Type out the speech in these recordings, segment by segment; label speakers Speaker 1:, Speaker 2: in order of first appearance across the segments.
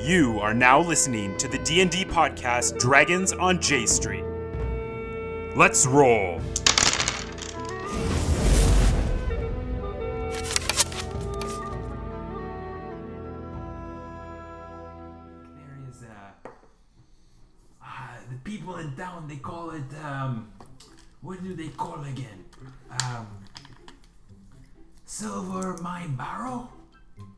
Speaker 1: You are now listening to the D&D podcast Dragons on J Street. Let's roll.
Speaker 2: There is uh, uh, the people in town. They call it um, what do they call again? Um, silver mine barrel,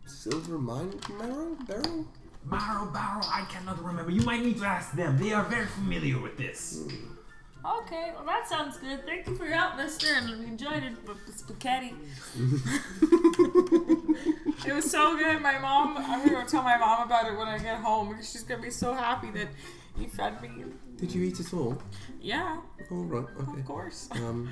Speaker 3: Silver mine marrow barrel?
Speaker 2: barrel, barrel. I cannot remember. You might need to ask them. They are very familiar with this.
Speaker 4: Okay, well that sounds good. Thank you for your help, Mister, and we enjoyed it with the spaghetti.
Speaker 5: It was so good. My mom, I'm gonna go tell my mom about it when I get home because she's gonna be so happy that you fed me.
Speaker 3: Did you eat it all?
Speaker 5: Yeah,
Speaker 3: All right. Okay.
Speaker 5: of course.
Speaker 3: Um,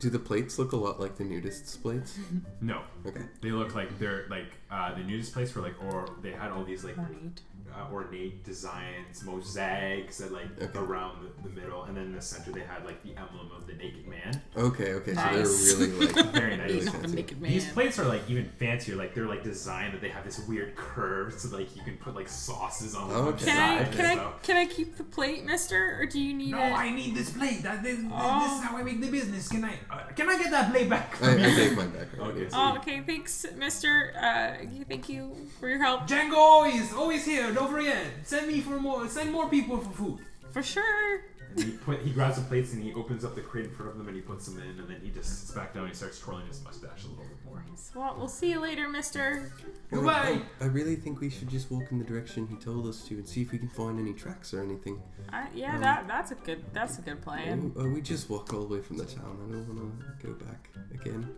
Speaker 3: do the plates look a lot like the nudists' plates?
Speaker 6: No,
Speaker 3: Okay.
Speaker 6: they look like they're like uh, the nudist place were like, or they had all these like uh, ornate designs, mosaics that like
Speaker 3: Okay.
Speaker 6: around the, the middle, and then in the center they had like the emblem of the naked man.
Speaker 3: Okay. Okay.
Speaker 5: Nice.
Speaker 3: So they're really like
Speaker 6: Very nice.
Speaker 3: really
Speaker 5: Not the
Speaker 3: fancy.
Speaker 5: naked man.
Speaker 6: These plates are like even fancier. Like they're like designed that they have this weird curve, so like you can put like sauces on one
Speaker 3: Okay.
Speaker 5: can I
Speaker 6: side. and
Speaker 5: can I
Speaker 6: stuff.
Speaker 5: can I keep the plate, Mister, or do you need
Speaker 2: No,
Speaker 5: it?
Speaker 2: I need this plate. That, this, this
Speaker 5: Oh.
Speaker 2: is how I make the business. Can I? Uh, can I get that plate back?
Speaker 3: I, I take mine back. already.
Speaker 6: Okay.
Speaker 5: oh, okay. Thanks, Mister. Uh, thank you for your help.
Speaker 2: Django always, always here. Don't forget. Send me for more. Send more people for food.
Speaker 5: For sure.
Speaker 6: And he, put, he grabs the plates and he opens up the crate in front of them and he puts them in, and then he just sits back down and he starts twirling his mustache a little bit more.
Speaker 5: Well, we'll see you later, Mister.
Speaker 3: Um,
Speaker 2: Goodbye.
Speaker 3: I, I really think we should just walk in the direction he told us to and see if we can find any tracks or anything.
Speaker 5: Uh, yeah,
Speaker 3: Um,
Speaker 5: that that's a good that's a good plan.
Speaker 3: Or, or we just walk all the way from the town. I don't want to go back again.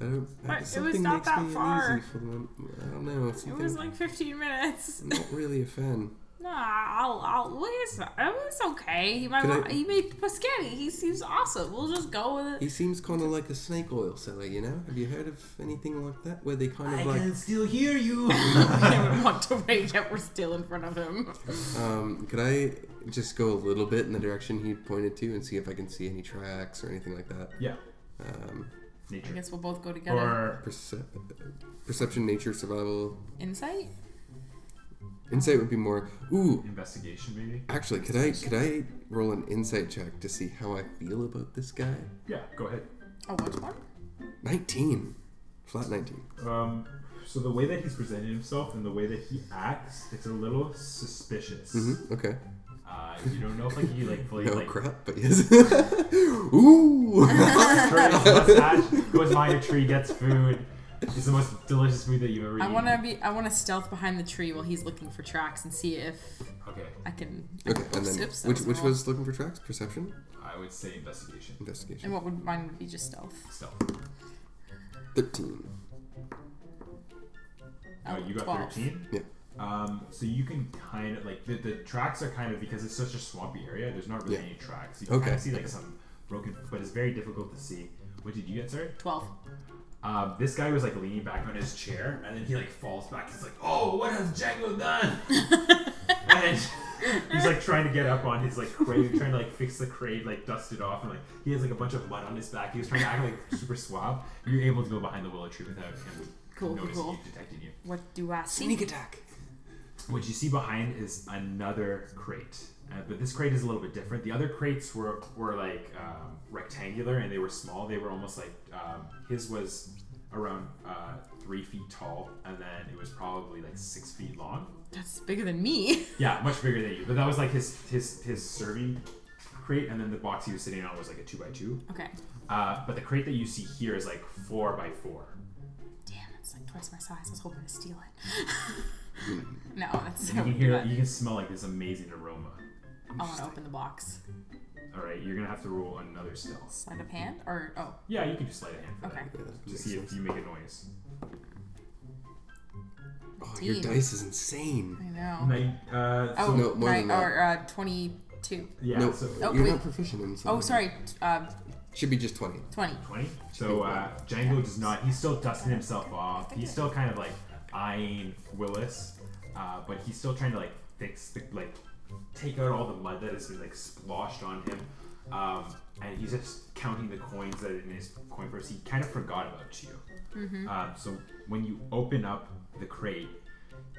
Speaker 3: I don't.
Speaker 5: But it
Speaker 3: I,
Speaker 5: was
Speaker 3: something
Speaker 5: not
Speaker 3: makes
Speaker 5: that
Speaker 3: me
Speaker 5: far.
Speaker 3: uneasy for the moment. I don't know.
Speaker 5: It
Speaker 3: Something,
Speaker 5: was like 15 minutes.
Speaker 3: I'm not really a fan.
Speaker 5: Nah, I'll, I'll, well, it's, it was okay. He, my
Speaker 3: Can I-
Speaker 5: mom, he made Pasquetti. He seems awesome. We'll just go with it.
Speaker 3: He seems kind of like a snake oil seller, you know? Have you heard of anything like that? Where they kind of
Speaker 2: I
Speaker 3: like,
Speaker 2: can still hear you.
Speaker 5: I would walked away, yet we're still in front of him.
Speaker 3: um, could I just go a little bit in the direction he pointed to and see if I can see any tracks or anything like that?
Speaker 6: Yeah,
Speaker 3: Um,
Speaker 5: I
Speaker 6: nature
Speaker 5: guess we'll both go together.
Speaker 6: or
Speaker 3: perce- perception, nature, survival.
Speaker 5: Insight?
Speaker 3: Insight would be more. Ooh,
Speaker 6: investigation maybe.
Speaker 3: actually, could I could I roll an insight check to see how I feel about this guy?
Speaker 6: Yeah, go ahead.
Speaker 5: Oh, which one?
Speaker 3: 19. Flat 19.
Speaker 6: Um, so the way that he's presenting himself and the way that he acts, it's a little suspicious.
Speaker 3: hmm Okay.
Speaker 6: Uh, you don't know if like he like fully
Speaker 3: No
Speaker 6: like
Speaker 3: crap, but yes. Ooh!
Speaker 6: turns his mustache, goes by a tree, gets food. It's the most delicious food that you've ever
Speaker 5: I
Speaker 6: eaten.
Speaker 5: want to be, I want to stealth behind the tree while he's looking for tracks and see if
Speaker 6: Okay,
Speaker 5: I can.
Speaker 3: okay, and then.
Speaker 5: Sips,
Speaker 3: Which,
Speaker 5: that's
Speaker 3: which
Speaker 5: all.
Speaker 3: was looking for tracks? Perception?
Speaker 6: I would say investigation.
Speaker 3: Investigation.
Speaker 5: And what would mine would be just stealth.
Speaker 6: Stealth.
Speaker 3: 13.
Speaker 6: Uh, you got
Speaker 5: 12.
Speaker 6: thirteen.
Speaker 3: Yeah.
Speaker 6: Um, so you can kind of like the, the tracks are kind of because it's such a swampy area. There's not really
Speaker 3: Yeah.
Speaker 6: any tracks. You can kind
Speaker 3: Okay.
Speaker 6: of see like some broken, but it's very difficult to see. What did you get, sir?
Speaker 5: 12.
Speaker 6: Um, this guy was like leaning back on his chair, and then he like falls back. He's like, "Oh, what has Django done?" and he's like trying to get up on his like crate, trying to like fix the crate, like dust it off, and like he has like a bunch of mud on his back. He was trying to act like super suave. You're able to go behind the willow tree without him
Speaker 5: Cool,
Speaker 6: noticing
Speaker 5: cool.
Speaker 6: he detected you.
Speaker 5: What do I see?
Speaker 3: attack.
Speaker 6: What you see behind is another crate, uh, but this crate is a little bit different. The other crates were were like um, rectangular and they were small. They were almost like um, his was around uh, three feet tall, and then it was probably like six feet long.
Speaker 5: That's bigger than me.
Speaker 6: Yeah, much bigger than you. But that was like his his his serving crate, and then the box he was sitting on was like a two by two.
Speaker 5: Okay.
Speaker 6: Uh, but the crate that you see here is like four by four.
Speaker 5: Damn, it's like twice my size. I was hoping to steal it. no, that's
Speaker 6: You can hear, you can smell like this amazing aroma.
Speaker 5: I want to open the box.
Speaker 6: All right, you're gonna have to roll another stealth.
Speaker 5: Sleight of hand? Or, oh,
Speaker 6: Yeah, you can just slide a hand for
Speaker 5: okay.
Speaker 3: Yeah, that
Speaker 6: that. To
Speaker 3: makes
Speaker 6: see if
Speaker 3: sense.
Speaker 6: you make a noise.
Speaker 3: Oh, your
Speaker 5: 15.
Speaker 3: dice is insane.
Speaker 5: I know.
Speaker 6: uh,
Speaker 5: oh,
Speaker 3: no, more than
Speaker 5: nine-
Speaker 3: that.
Speaker 5: Or uh, 22.
Speaker 6: yeah,
Speaker 3: no,
Speaker 6: so
Speaker 5: Oh,
Speaker 3: you're
Speaker 5: wait.
Speaker 3: not proficient in something.
Speaker 5: Oh, sorry. Uh,
Speaker 3: Should be just 20.
Speaker 5: 20.
Speaker 6: 20. So uh, Django does not, he's still dusting himself off. He's still kind of like eyeing Willis, uh, but he's still trying to like fix, the, like take out all the mud that has been like sploshed on him. Um, and he's just counting the coins that are in his coin Uh, purse. He kind of forgot about you. Um, so when you open up the crate,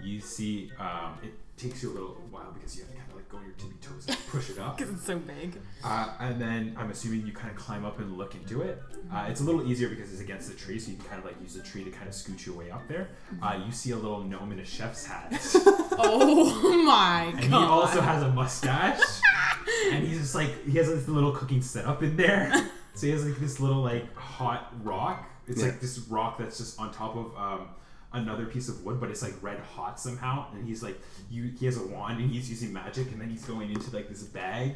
Speaker 6: you see um, it takes you a little while because you have to kind of like go on your tippy toes and push it up.
Speaker 5: Because it's so big.
Speaker 6: Uh, and then I'm assuming you kind of climb up and look into it. Uh, it's a little easier because it's against the tree, so you can kind of like use the tree to kind of scoot your way up there. Uh, you see a little gnome in a chef's hat,
Speaker 5: Oh my
Speaker 6: and
Speaker 5: god.
Speaker 6: he also has a mustache, and he's just like he has this little cooking setup in there. So he has like this little like hot rock. It's
Speaker 3: Yeah.
Speaker 6: like this rock that's just on top of um, another piece of wood, but it's like red hot somehow. And he's like you, he has a wand and he's using magic, and then he's going into like this bag.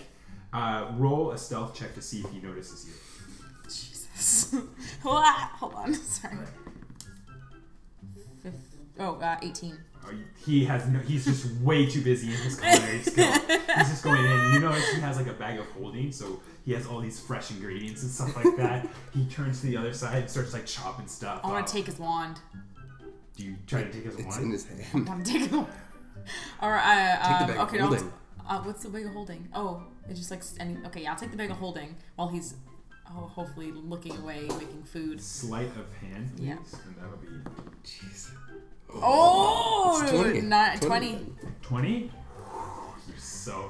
Speaker 6: Uh, roll a stealth check to see if he notices you.
Speaker 5: Jesus. Hold on. Hold on. Sorry. Fif- Oh, uh, 18.
Speaker 6: Oh, He has no, he's just way too busy in his culinary skill. He's just going in. You notice he has like a bag of holding, so he has all these fresh ingredients and stuff like that. he turns to the other side and starts like chopping stuff.
Speaker 5: I want
Speaker 6: up.
Speaker 5: to take his wand.
Speaker 6: Do you try to take his
Speaker 3: It's in
Speaker 6: wand?
Speaker 3: his hand.
Speaker 5: I want to take his wand. All right. Uh,
Speaker 3: Take the
Speaker 5: um,
Speaker 3: bag of
Speaker 5: okay, no,
Speaker 3: holding.
Speaker 5: Uh, what's the bag of holding? Oh, it's just like s- any. Okay, yeah, I'll take the bag of holding while he's, oh, hopefully looking away, making food.
Speaker 6: Sleight of hand, please.
Speaker 5: Yeah.
Speaker 6: And that'll be
Speaker 3: Jeez.
Speaker 5: Oh,
Speaker 3: It's
Speaker 5: not- 20.
Speaker 6: twenty. You're so.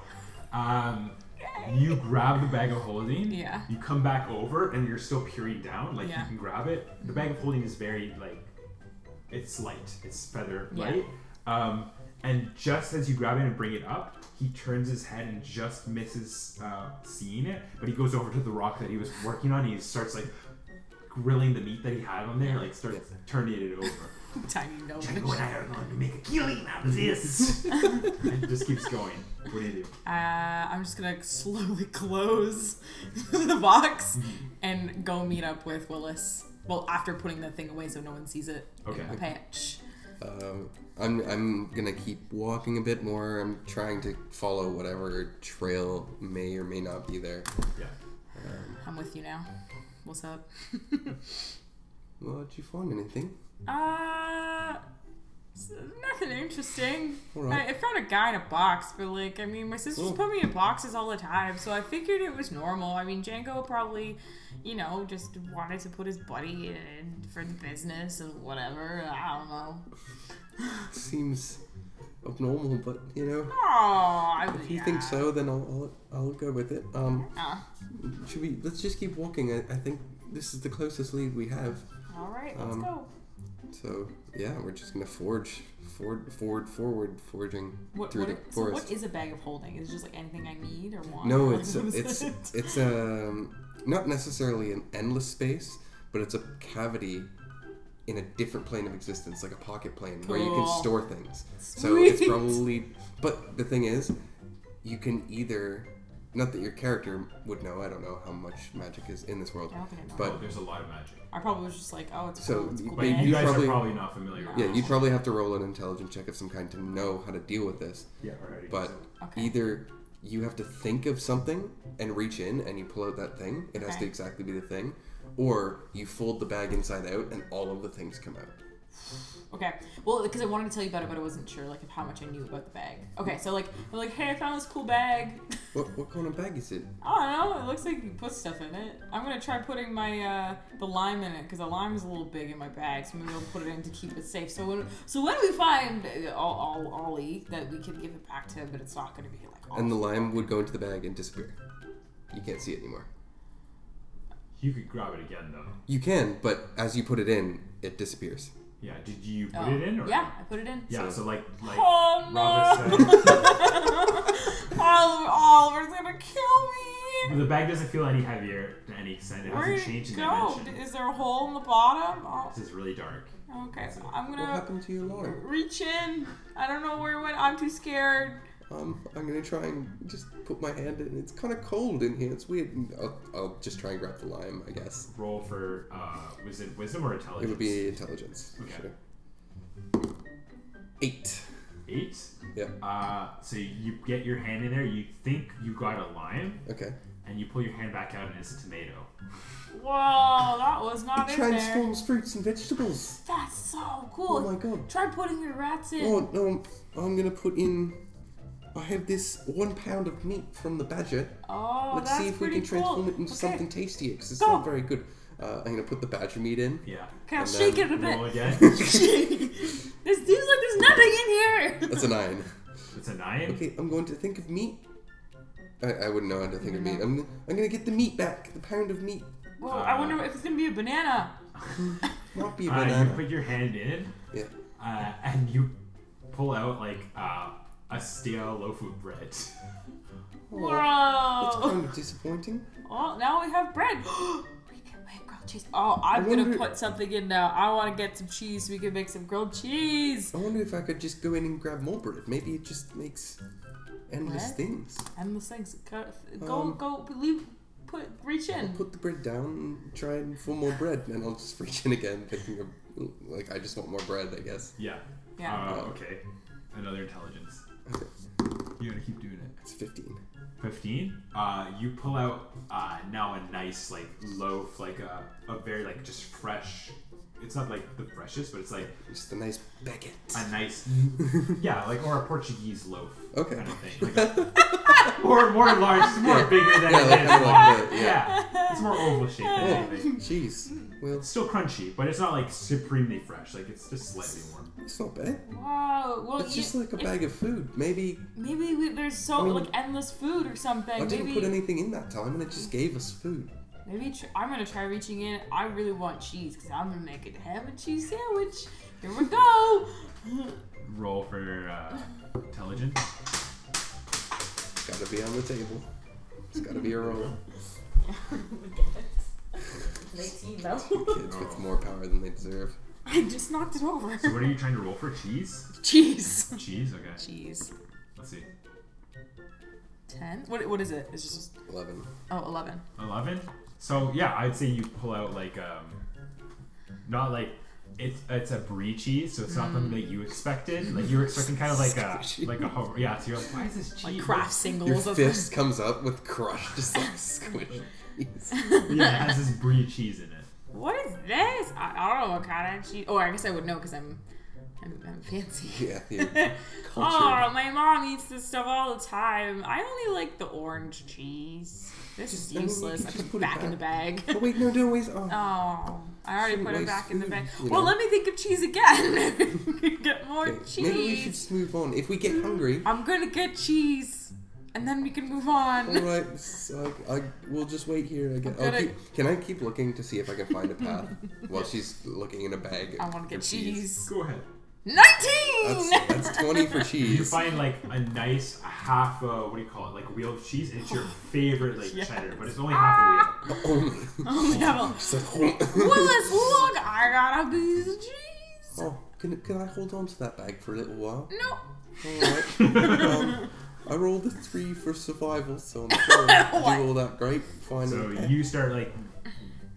Speaker 6: Um, you grab the bag of holding.
Speaker 5: Yeah.
Speaker 6: You come back over and you're still peering down. Like
Speaker 5: Yeah.
Speaker 6: you can grab it. The bag of holding is very like, it's light. It's feather
Speaker 5: Yeah.
Speaker 6: light. Um, and just as you grab it and bring it up, he turns his head and just misses uh, seeing it. But he goes over to the rock that he was working on. And he starts like grilling the meat that he had on there. Like starts turning it over.
Speaker 5: Tiny no.
Speaker 6: Django and I are going to make a killing out of this. and it just keeps going. What do you do?
Speaker 5: Uh, I'm just gonna slowly close the box and go meet up with Willis. Well, after putting the thing away so no one sees it.
Speaker 6: Okay.
Speaker 5: In the patch.
Speaker 3: Um, I'm I'm gonna keep walking a bit more. I'm trying to follow whatever trail may or may not be there.
Speaker 6: Yeah.
Speaker 5: I'm with you now. What's up?
Speaker 3: Well, did you find anything?
Speaker 5: Uh, s- nothing interesting.
Speaker 3: All right.
Speaker 5: I, I found a guy in a box, but like, I mean, my sisters
Speaker 3: Oh.
Speaker 5: put me in boxes all the time, so I figured it was normal. I mean, Django probably, you know, just wanted to put his buddy in for the business and whatever. I don't know.
Speaker 3: Seems abnormal, but you know,
Speaker 5: Oh, I
Speaker 3: if you think so, then I'll I'll, I'll go with it. Um,
Speaker 5: Uh,
Speaker 3: should we? Let's just keep walking. I, I think this is the closest lead we have.
Speaker 5: all right, let's
Speaker 3: Um,
Speaker 5: go.
Speaker 3: So yeah, we're just gonna forge, forward, forward, forward, forging
Speaker 5: What,
Speaker 3: through
Speaker 5: what,
Speaker 3: the
Speaker 5: i- so
Speaker 3: forest.
Speaker 5: what is a bag of holding? Is it just like anything I need or want?
Speaker 3: No,
Speaker 5: Like,
Speaker 3: it's
Speaker 5: what is
Speaker 3: it's
Speaker 5: it?
Speaker 3: it's um not necessarily an endless space, but it's a cavity in a different plane of existence, like a pocket plane, where you can
Speaker 5: Cool.
Speaker 3: store things. So it's
Speaker 5: Sweet.
Speaker 3: probably. But the thing is, you can either. Not that your character would know. I don't know how much magic is in this world,
Speaker 5: I don't think I know.
Speaker 6: But
Speaker 3: but
Speaker 6: there's a lot of magic.
Speaker 5: I probably was just like, oh, it's
Speaker 3: So
Speaker 5: cool. It's
Speaker 3: you-
Speaker 5: cool.
Speaker 3: but
Speaker 6: But
Speaker 5: bag.
Speaker 6: you guys
Speaker 3: probably-
Speaker 6: are probably not familiar. with
Speaker 3: yeah,
Speaker 6: it.
Speaker 3: you'd probably have to roll an intelligence check of some kind to know how to deal with this.
Speaker 6: Yeah, already.
Speaker 3: But
Speaker 5: Okay.
Speaker 3: either you have to think of something and reach in and you pull out that thing, it has to
Speaker 5: Okay.
Speaker 3: exactly be the thing, or you fold the bag inside out and all of the things come out.
Speaker 5: Okay. Well, because I wanted to tell you about it, but I wasn't sure like of how much I knew about the bag. Okay, so like I'm like, hey, I found this cool bag.
Speaker 3: What, what kind of bag is it?
Speaker 5: I don't know. It looks like you put stuff in it. I'm gonna try putting my uh, the lime in it because the lime is a little big in my bag, so maybe I'll put it in to keep it safe. So when so when we find uh, all, all Ollie, that we can give it back to him, but it's not gonna be like. All
Speaker 3: And the lime would go into the bag and disappear. You can't see it anymore.
Speaker 6: you could grab it again though.
Speaker 3: You can, but as you put it in, it disappears.
Speaker 6: Yeah. Did you put
Speaker 5: Oh.
Speaker 6: it in or?
Speaker 5: Yeah, I put it in.
Speaker 6: Yeah. So like like
Speaker 5: Oh no!
Speaker 6: Robert said,
Speaker 5: Oliver, Oliver's gonna kill me.
Speaker 6: the bag doesn't feel any heavier to any extent. It
Speaker 5: Where
Speaker 6: hasn't
Speaker 5: did
Speaker 6: changed
Speaker 5: it
Speaker 6: in
Speaker 5: go?
Speaker 6: dimension.
Speaker 5: Is there a hole in the bottom? Oh,
Speaker 6: This is really dark.
Speaker 5: okay. I'm
Speaker 3: What
Speaker 5: gonna.
Speaker 3: happened to your lime?
Speaker 5: reach in. I don't know where it went. I'm too scared.
Speaker 3: Um, I'm gonna try and just put my hand in. It's kind of cold in here. It's weird. I'll, I'll just try and grab the lime, I guess.
Speaker 6: Roll for uh, was it wisdom or intelligence?
Speaker 3: It would be intelligence.
Speaker 6: Okay.
Speaker 3: Sure. Eight.
Speaker 6: eight.
Speaker 3: Yeah.
Speaker 6: Uh, so you get your hand in there. You think you got a lime,
Speaker 3: Okay.
Speaker 6: and you pull your hand back out, and it's a tomato.
Speaker 5: Whoa, that was not in there.
Speaker 3: Transforms fruits and vegetables.
Speaker 5: That's so
Speaker 3: Oh
Speaker 5: cool.
Speaker 3: my god.
Speaker 5: Try putting your rats in.
Speaker 3: Oh no, I'm gonna put in. I have this one pound of meat from the badger.
Speaker 5: Oh,
Speaker 3: Let's
Speaker 5: that's
Speaker 3: see if we
Speaker 5: pretty
Speaker 3: can transform
Speaker 5: cool.
Speaker 3: it into
Speaker 5: okay.
Speaker 3: something tastier because it's
Speaker 5: Go.
Speaker 3: not very good. Uh, I'm gonna put the badger meat in.
Speaker 6: Yeah.
Speaker 5: Okay, I'll
Speaker 3: and
Speaker 5: shake
Speaker 3: then
Speaker 5: it a
Speaker 6: Roll
Speaker 5: bit.
Speaker 6: again.
Speaker 5: this seems like there's nothing
Speaker 3: That's a nine.
Speaker 6: It's a nine.
Speaker 3: Okay, I'm going to think of meat. I, I wouldn't know how to think of meat. I'm, I'm gonna get the meat back, the pound of meat.
Speaker 5: Well, I wonder if it's gonna be a banana.
Speaker 3: Not be a
Speaker 6: Uh, you
Speaker 3: banana.
Speaker 6: put your hand in,
Speaker 3: yeah.
Speaker 6: uh, and you pull out like uh, a stale loaf of bread.
Speaker 3: Oh, that's
Speaker 5: Whoa!
Speaker 3: kind of disappointing.
Speaker 5: Well, now we have bread. we can make grilled cheese. Oh, I'm gonna
Speaker 3: wonder-
Speaker 5: put something in now. I want to get some cheese. so We can make some grilled cheese.
Speaker 3: I wonder if I could just go in and grab more bread. Maybe it just makes endless
Speaker 5: Bread?
Speaker 3: things.
Speaker 5: Endless things. Go, go,
Speaker 3: Um,
Speaker 5: go leave. Put reach in.
Speaker 3: Put the bread down and try and for more bread, and I'll just reach in again, thinking of like I just want more bread. I guess
Speaker 6: Yeah.
Speaker 5: Yeah.
Speaker 6: Uh, okay. Another intelligence.
Speaker 3: Okay.
Speaker 6: You gotta keep doing it.
Speaker 3: it's fifteen.
Speaker 6: Fifteen. Uh, you pull out uh, now a nice like loaf, like a, a very like just fresh. It's not like the freshest, but it's like
Speaker 3: Just a nice baguette.
Speaker 6: a nice, yeah, like or a Portuguese loaf
Speaker 3: Okay.
Speaker 6: kind of thing, like a, or more large, it's more bigger than
Speaker 3: Yeah, like,
Speaker 6: it is.
Speaker 3: kinda like the- yeah.
Speaker 6: yeah, it's more oval shaped than anything.
Speaker 3: Oh, jeez. Well,
Speaker 6: It's still crunchy, but it's not like supremely fresh. Like it's just slightly warm.
Speaker 3: it's not bad.
Speaker 5: Wow. Well,
Speaker 3: It's
Speaker 5: you-
Speaker 3: just like a
Speaker 5: if-
Speaker 3: bag of food. Maybe
Speaker 5: Maybe we, there's so
Speaker 3: mean-
Speaker 5: like endless food or something.
Speaker 3: I didn't
Speaker 5: maybe
Speaker 3: put anything in that time, and it just gave us food.
Speaker 5: maybe tr- I'm gonna try reaching in. I really want cheese because I'm gonna make a ham and cheese sandwich. Here we go.
Speaker 6: Roll for uh, intelligence.
Speaker 3: It's gotta be on the table. It's gotta be a roll.
Speaker 4: Eighteen though.
Speaker 3: Kids with more power than they deserve.
Speaker 5: I just knocked it over.
Speaker 6: So what are you trying to roll for? Cheese.
Speaker 5: Cheese.
Speaker 6: Cheese. Okay.
Speaker 5: Cheese.
Speaker 6: Let's see.
Speaker 5: Ten. What? What is it? It's just
Speaker 3: Eleven.
Speaker 5: oh, eleven.
Speaker 6: 11 so yeah i'd say you pull out like um not like it's it's a brie cheese so it's not something
Speaker 3: Mm.
Speaker 6: that you expected like you were expecting kind of like a
Speaker 3: Squishy.
Speaker 6: like a hover yeah so you're like why is this cheese
Speaker 5: Like craft singles.
Speaker 3: Your
Speaker 5: or something.
Speaker 3: fist comes up with crushed, just like squished. cheese.
Speaker 6: yeah it has this brie cheese in it
Speaker 5: What is this? I, I don't know what kind of cheese. Oh, I guess I would know because I'm, I'm, I'm fancy.
Speaker 3: Yeah, your culture.
Speaker 5: Oh, my mom eats this stuff all the time. I only like the orange cheese. This is
Speaker 3: I mean, you
Speaker 5: useless.
Speaker 3: can
Speaker 5: I
Speaker 3: just put
Speaker 5: put, it
Speaker 3: it
Speaker 5: back in the bag.
Speaker 3: Oh wait, no, don't waste. Oh,
Speaker 5: Oh, I already
Speaker 3: Shouldn't
Speaker 5: put it
Speaker 3: waste
Speaker 5: back in the
Speaker 3: food,
Speaker 5: bag.
Speaker 3: you
Speaker 5: Well,
Speaker 3: know.
Speaker 5: let me think of cheese again. get more
Speaker 3: okay.
Speaker 5: cheese. Mm.
Speaker 3: Maybe we should just move on. If we get hungry,
Speaker 5: I'm gonna get cheese, and then we can move on.
Speaker 3: all right. So I, I, we'll just wait here. I guess.
Speaker 5: I'm
Speaker 3: I'll
Speaker 5: gonna-
Speaker 3: keep, can I keep looking to see if I can find a path while she's looking in a bag?
Speaker 5: I want to get
Speaker 3: for
Speaker 5: cheese.
Speaker 6: go ahead
Speaker 5: Nineteen.
Speaker 3: That's, that's twenty for
Speaker 6: you
Speaker 3: cheese.
Speaker 6: find like a nice half a what do you call it like wheel of cheese and it's your favorite like cheddar but it's only half a wheel
Speaker 3: Only.
Speaker 5: Oh, devil.
Speaker 3: Just like,
Speaker 5: Willis, look! I got a piece of cheese.
Speaker 3: Oh, can, can I hold on to that bag for a little while?
Speaker 5: No.
Speaker 3: Alright. um, I rolled a three for survival, so I'm sure I do all that great. Fine.
Speaker 6: so you start like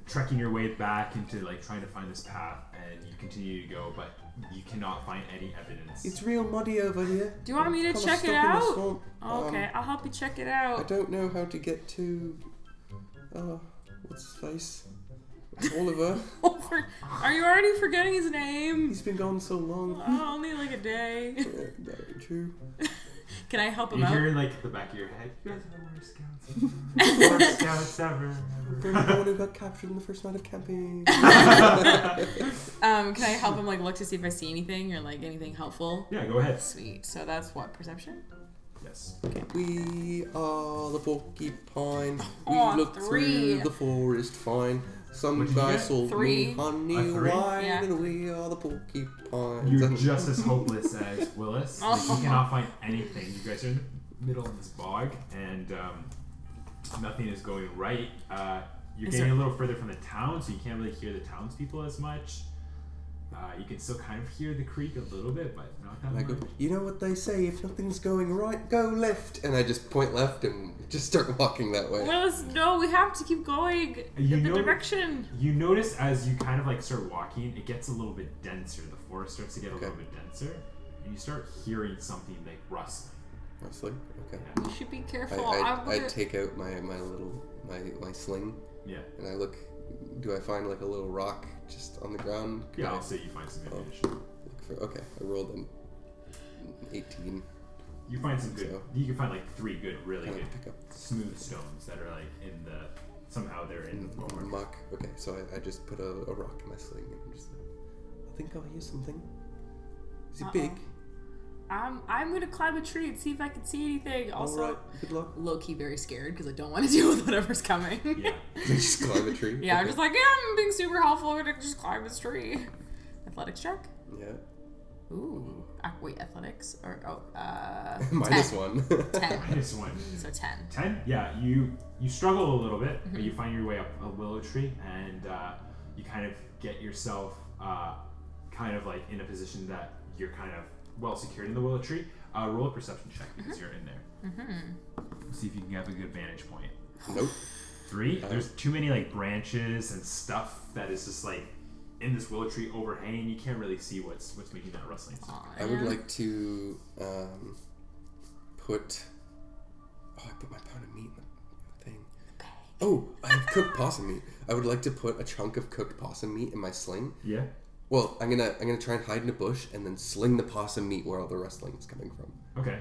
Speaker 6: trekking your way back into like trying to find this path and you continue to go but you cannot find any evidence
Speaker 3: It's real muddy over here.
Speaker 5: Do you want me to
Speaker 3: Kinda
Speaker 5: check
Speaker 3: stuck
Speaker 5: it
Speaker 3: in a
Speaker 5: out?
Speaker 3: swamp. Um,
Speaker 5: Okay, I'll help you check it
Speaker 3: I
Speaker 5: out.
Speaker 3: don't know how to get to. Uh, what's his face? Oliver.
Speaker 5: Are you already forgetting his name?
Speaker 3: He's been gone so long.
Speaker 5: Oh, only like a day.
Speaker 3: Uh, no, true.
Speaker 5: Can I help him
Speaker 6: You
Speaker 5: out?
Speaker 6: hear in like the back of your head, you guys are the worst scouts ever.
Speaker 3: They're the one who got captured on the first night of camping.
Speaker 5: Um, can I help him like look to see if I see anything or like anything helpful?
Speaker 6: yeah, go ahead.
Speaker 5: Sweet. So that's what perception.
Speaker 6: Yes.
Speaker 3: We are the porcupine. We
Speaker 5: Aw,
Speaker 3: looked
Speaker 5: three.
Speaker 3: through the forest fine. Some
Speaker 6: What'd you
Speaker 3: guy
Speaker 6: get?
Speaker 3: sold
Speaker 5: Three.
Speaker 3: me honey
Speaker 6: A three?
Speaker 3: wine,
Speaker 5: Yeah.
Speaker 3: and we are the porcupines.
Speaker 6: You're
Speaker 3: And-
Speaker 6: just as hopeless as Willis. Like,
Speaker 5: Oh.
Speaker 6: you cannot find anything. You guys are in the middle of this bog, and um, nothing is going right. Uh, you're
Speaker 5: Is
Speaker 6: getting
Speaker 5: there-
Speaker 6: a little further from the town, so you can't really hear the townspeople as much. Uh, you can still kind of hear the creek a little bit, but not that
Speaker 3: And I go,
Speaker 6: much.
Speaker 3: you know what they say, if nothing's going right, go left. And I just point left and just start walking that way.
Speaker 5: Willis, no, we have to keep going.
Speaker 6: You
Speaker 5: in the
Speaker 6: know-
Speaker 5: direction.
Speaker 6: You notice as you kind of like start walking, it gets a little bit denser. The forest starts to get a little
Speaker 3: Okay.
Speaker 6: bit denser, and you start hearing something like rustling.
Speaker 3: I was like, okay.
Speaker 5: You should be
Speaker 3: I,
Speaker 5: careful.
Speaker 3: I,
Speaker 5: I'm
Speaker 3: I
Speaker 5: gonna-
Speaker 3: take out my, my little, my, my sling,
Speaker 6: Yeah.
Speaker 3: and I look, do I find like a little rock just on the ground? Can
Speaker 6: Yeah,
Speaker 3: I
Speaker 6: I'll say you find some ammunition.
Speaker 3: look for, okay, I rolled an 18.
Speaker 6: You find some good.
Speaker 3: So-
Speaker 6: You can find like three good, really
Speaker 3: Can I
Speaker 6: good,
Speaker 3: pick up
Speaker 6: smooth stones that are like in the. Somehow they're in the forest.
Speaker 3: Muck. Okay, so I, I just put a, a rock in my sling and I'm just like, I think I hear something. Is it
Speaker 5: Uh-oh.
Speaker 3: big?
Speaker 4: I'm I'm gonna climb a tree and see if I can see anything. Also,
Speaker 3: All right. Good luck.
Speaker 5: Low key, very scared because I don't want to deal with whatever's coming.
Speaker 6: Yeah.
Speaker 3: just climb a tree.
Speaker 5: Yeah, I'm just like, yeah, I'm being super helpful. I'm gonna just climb this tree. Athletics check.
Speaker 3: Yeah.
Speaker 5: Ooh. Uh, wait, athletics or oh, uh,
Speaker 3: Minus
Speaker 5: 10.
Speaker 3: one.
Speaker 5: Ten.
Speaker 6: Minus one.
Speaker 5: So ten.
Speaker 6: Ten. Yeah. You you struggle a little bit, but you find your way up a willow tree, and uh, you kind of get yourself uh, kind of like in a position that you're kind of well secured in the willow tree. Uh, roll a perception check because you're in there. Mm-hmm. See if you can have a good vantage point.
Speaker 3: nope.
Speaker 6: Three. There's too many like branches and stuff that is just like in this willow tree overhanging. You can't really see what's what's making that rustling. sound.
Speaker 3: I would like to um, put. Oh, I put my pound of meat in the thing. Oh, I have cooked possum meat. I would like to put a chunk of cooked possum meat in my sling.
Speaker 6: Yeah.
Speaker 3: Well, I'm gonna I'm gonna try and hide in a bush and then sling the possum meat where all the rustling is coming from.
Speaker 6: Okay.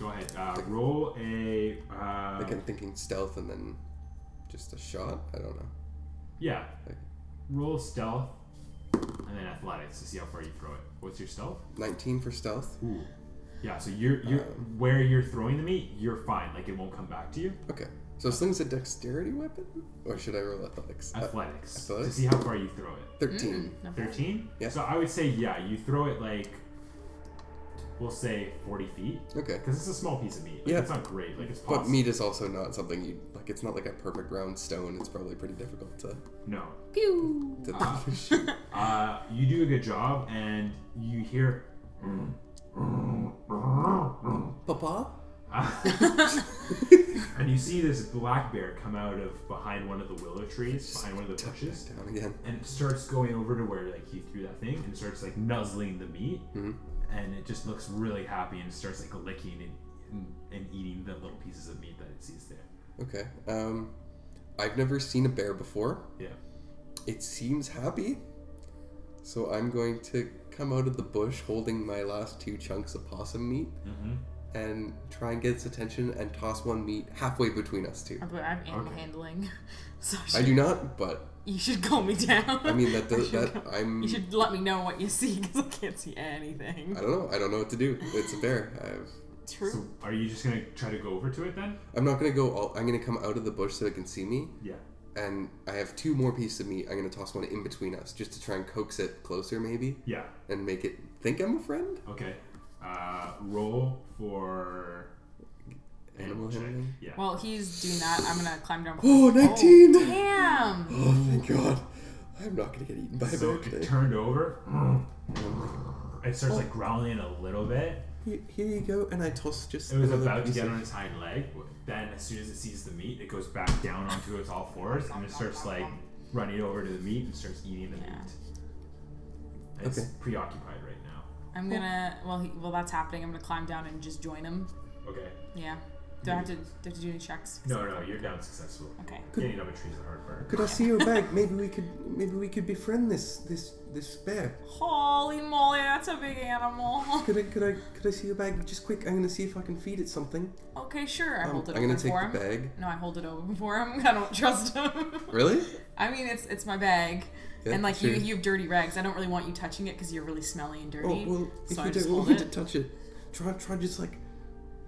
Speaker 6: Go ahead. Uh, roll a. Uh,
Speaker 3: Like I'm thinking stealth and then just a shot. I don't know.
Speaker 6: Yeah.
Speaker 3: Okay.
Speaker 6: Roll stealth and then athletics to see how far you throw it. What's your stealth?
Speaker 3: 19 for stealth.
Speaker 6: Ooh. Yeah. So you're you're where you're throwing the meat, you're fine. Like it won't come back to you.
Speaker 3: Okay. So sling's a dexterity weapon, or should I roll athletics? Uh,
Speaker 6: Athletics, to
Speaker 3: athletics?
Speaker 6: see how far you throw it.
Speaker 3: 13.
Speaker 6: Thirteen.
Speaker 3: Yeah.
Speaker 6: So I would say yeah, you throw it like. We'll say forty feet.
Speaker 3: Okay.
Speaker 6: Because it's a small piece of meat. Like,
Speaker 3: Yeah.
Speaker 6: It's not great. Like it's possible.
Speaker 3: But meat is also not something you like. It's not like a perfect round stone. It's probably pretty difficult to.
Speaker 6: No.
Speaker 5: Pew.
Speaker 3: to shoot.
Speaker 6: Uh, you do a good job, and you hear
Speaker 3: Papa.
Speaker 6: And you see this black bear come out of behind one of the willow trees, behind one of the bushes,
Speaker 3: Down again.
Speaker 6: and it starts going over to where like he threw that thing, and starts like nuzzling the meat,
Speaker 3: Mm-hmm.
Speaker 6: and it just looks really happy and starts like licking and, and, and eating the little pieces of meat that it sees there.
Speaker 3: Okay. Um, I've never seen a bear before.
Speaker 6: Yeah.
Speaker 3: It seems happy. So I'm going to come out of the bush holding my last two chunks of possum meat
Speaker 6: Mm-hmm.
Speaker 3: and try and get its attention and toss one meat halfway between us two.
Speaker 5: I put- I'm animal
Speaker 6: Okay.
Speaker 5: handling, so I
Speaker 3: I
Speaker 5: should,
Speaker 3: do not, but
Speaker 5: you should calm me down.
Speaker 3: I mean that
Speaker 5: You
Speaker 3: does,
Speaker 5: should
Speaker 3: that um,
Speaker 5: cal-
Speaker 3: I'm
Speaker 5: You should let me know what you see because I can't see anything.
Speaker 3: I don't know. I don't know what to do. It's a bear. I've
Speaker 5: True.
Speaker 6: So are you just gonna try to go over to it then?
Speaker 3: I'm not gonna go all. I'm gonna come out of the bush so it can see me,
Speaker 6: Yeah.
Speaker 3: and I have two more pieces of meat. I'm gonna toss one in between us just to try and coax it closer, maybe,
Speaker 6: Yeah.
Speaker 3: and make it think I'm a friend.
Speaker 6: Okay. Uh, roll for
Speaker 3: Animal
Speaker 6: check.
Speaker 3: handling.
Speaker 6: Yeah.
Speaker 5: well, he's doing that. I'm gonna climb down.
Speaker 3: Oh, 19!
Speaker 5: damn.
Speaker 3: Oh, thank God! I'm not gonna get eaten by a
Speaker 6: So
Speaker 3: bear
Speaker 6: it
Speaker 3: today.
Speaker 6: turned over. It starts like growling a little bit.
Speaker 3: Here, here you go, and I toss just.
Speaker 6: It was
Speaker 3: another
Speaker 6: about to
Speaker 3: piece
Speaker 6: get
Speaker 3: of-
Speaker 6: on its hind leg. Then, as soon as it sees the meat, it goes back down onto its all fours and it starts like running over to the meat and starts eating the
Speaker 5: Yeah.
Speaker 6: meat. It's
Speaker 3: Okay.
Speaker 6: preoccupied right now.
Speaker 3: Oh.
Speaker 5: I'm gonna. Well, he, well, that's happening. I'm gonna climb down and just join him.
Speaker 6: Okay.
Speaker 5: Yeah. Do I have to do, I have to do any checks?
Speaker 6: No, no, you're down successful.
Speaker 5: Okay.
Speaker 6: Getting up a tree is the hard part.
Speaker 3: Could I see your bag? Maybe we could. Maybe we could befriend this this this bear.
Speaker 5: Holy moly, that's a big animal.
Speaker 3: Could I could I could I see your bag just quick? I'm gonna see if I can feed it something.
Speaker 5: Okay, sure. I
Speaker 3: Um,
Speaker 5: hold it
Speaker 3: I'm gonna
Speaker 5: open
Speaker 3: take
Speaker 5: for
Speaker 3: the
Speaker 5: him.
Speaker 3: bag.
Speaker 5: No, I hold it open for him. I don't trust him.
Speaker 3: Really?
Speaker 5: I mean, it's it's my bag,
Speaker 3: Yeah,
Speaker 5: and like
Speaker 3: sure.
Speaker 5: you, you have dirty rags. I don't really want you touching it because you're really smelly and dirty.
Speaker 3: Oh well, if
Speaker 5: so I
Speaker 3: you
Speaker 5: just
Speaker 3: don't want
Speaker 5: hold
Speaker 3: me to
Speaker 5: it.
Speaker 3: touch it, try try just like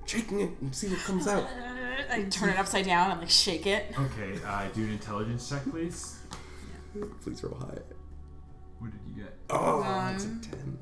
Speaker 3: shaking it and see what comes out.
Speaker 5: I turn it upside down and like shake it.
Speaker 6: Okay, uh, do an intelligence check, please.
Speaker 3: Please roll high.
Speaker 6: What did you get?
Speaker 3: Oh, that's a ten.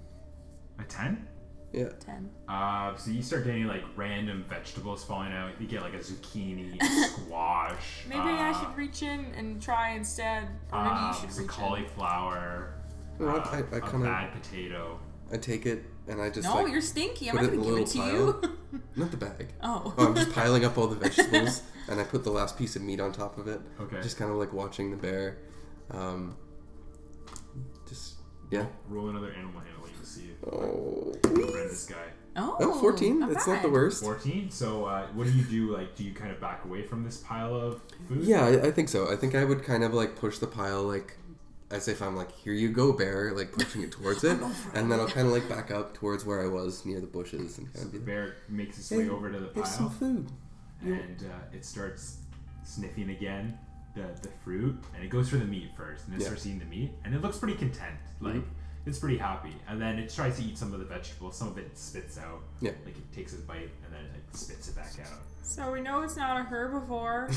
Speaker 6: A 10?
Speaker 3: Yeah.
Speaker 5: Ten.
Speaker 6: Uh, so you start getting like random vegetables falling out. You get like a zucchini, squash. uh,
Speaker 5: Maybe I should reach in and try instead. Or maybe
Speaker 6: um,
Speaker 5: Ah, you should
Speaker 6: some
Speaker 5: reach in.
Speaker 6: cauliflower.
Speaker 3: Well,
Speaker 6: uh,
Speaker 3: I, I, I
Speaker 6: a
Speaker 3: kind of
Speaker 6: bad potato.
Speaker 3: I take it and I just
Speaker 5: No,
Speaker 3: like
Speaker 5: you're stinky. I'm
Speaker 3: put
Speaker 5: not
Speaker 3: it in
Speaker 5: gonna
Speaker 3: a
Speaker 5: give it to
Speaker 3: little
Speaker 5: you.
Speaker 3: not the bag.
Speaker 5: oh.
Speaker 3: Oh, I'm just piling up all the vegetables and I put the last piece of meat on top of it.
Speaker 6: Okay.
Speaker 3: Just kind of like watching the bear. Um. Just yeah.
Speaker 6: Roll another animal handling to see if
Speaker 3: Oh.
Speaker 6: you can this guy.
Speaker 5: oh.
Speaker 3: Oh, 14. It's not the
Speaker 5: bad.
Speaker 3: worst.
Speaker 6: 14. So, uh, what do you do? Like, do you kind of back away from this pile of food?
Speaker 3: Yeah, I, I think so. I think I would kind of like push the pile like as if I'm like, here you go, bear, like pushing it towards it, and then I'll kind of like back up towards where I was near the bushes and kind
Speaker 6: So
Speaker 3: of
Speaker 6: the
Speaker 3: be like,
Speaker 6: bear makes its way over to the
Speaker 3: "There's some
Speaker 6: pile
Speaker 3: food.
Speaker 6: and uh, it starts sniffing again the, the fruit and it goes for the meat first and it
Speaker 3: Yeah. Mm-hmm.
Speaker 6: starts eating the meat and it looks pretty content. Like, It's pretty happy, and then it tries to eat some of the vegetables. Some of it spits out.
Speaker 3: Yeah.
Speaker 6: Like it takes a bite and then it like spits it back out.
Speaker 5: So we know it's not a herbivore.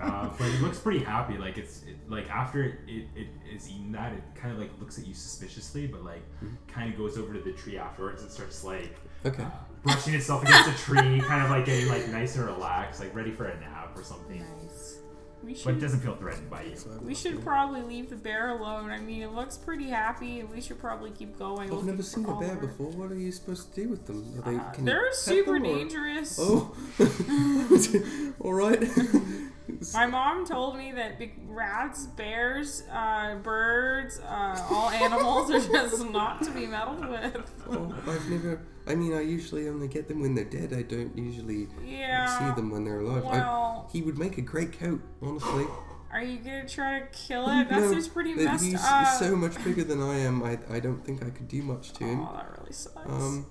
Speaker 6: Uh, but it looks pretty happy. Like it's it, like after it, it, it is eaten that, it kind of like looks at you suspiciously, but like
Speaker 3: Mm-hmm.
Speaker 6: kind of goes over to the tree afterwards and starts like
Speaker 3: Okay.
Speaker 6: uh, brushing itself against a tree, kind of like getting like nice and relaxed, like ready for a nap or something.
Speaker 5: nice. We
Speaker 6: But it
Speaker 5: should
Speaker 6: doesn't feel threatened by you.
Speaker 5: we should probably leave the bear alone. I mean, it looks pretty happy, and we should probably keep going.
Speaker 3: I've
Speaker 5: looking
Speaker 3: never
Speaker 5: for
Speaker 3: seen a bear
Speaker 5: Oliver.
Speaker 3: before. What are you supposed to do with them? Are they,
Speaker 5: Uh,
Speaker 3: can you
Speaker 5: they're
Speaker 3: pet
Speaker 5: super
Speaker 3: them or-
Speaker 5: dangerous.
Speaker 3: Oh, all right.
Speaker 5: My mom told me that big rats, bears, uh, birds, uh, all animals are just not to be meddled with.
Speaker 3: Oh, I've never. I mean, I usually only get them when they're dead. I don't usually
Speaker 5: Yeah.
Speaker 3: see them when they're alive. I-
Speaker 5: Well-
Speaker 3: he would make a great coat, honestly.
Speaker 5: Are you gonna try to kill it? That
Speaker 3: No,
Speaker 5: seems pretty
Speaker 3: but
Speaker 5: messed
Speaker 3: he's
Speaker 5: up.
Speaker 3: so much bigger than I am. I, I don't think I could do much to him.
Speaker 5: Oh, that really sucks.
Speaker 3: Um,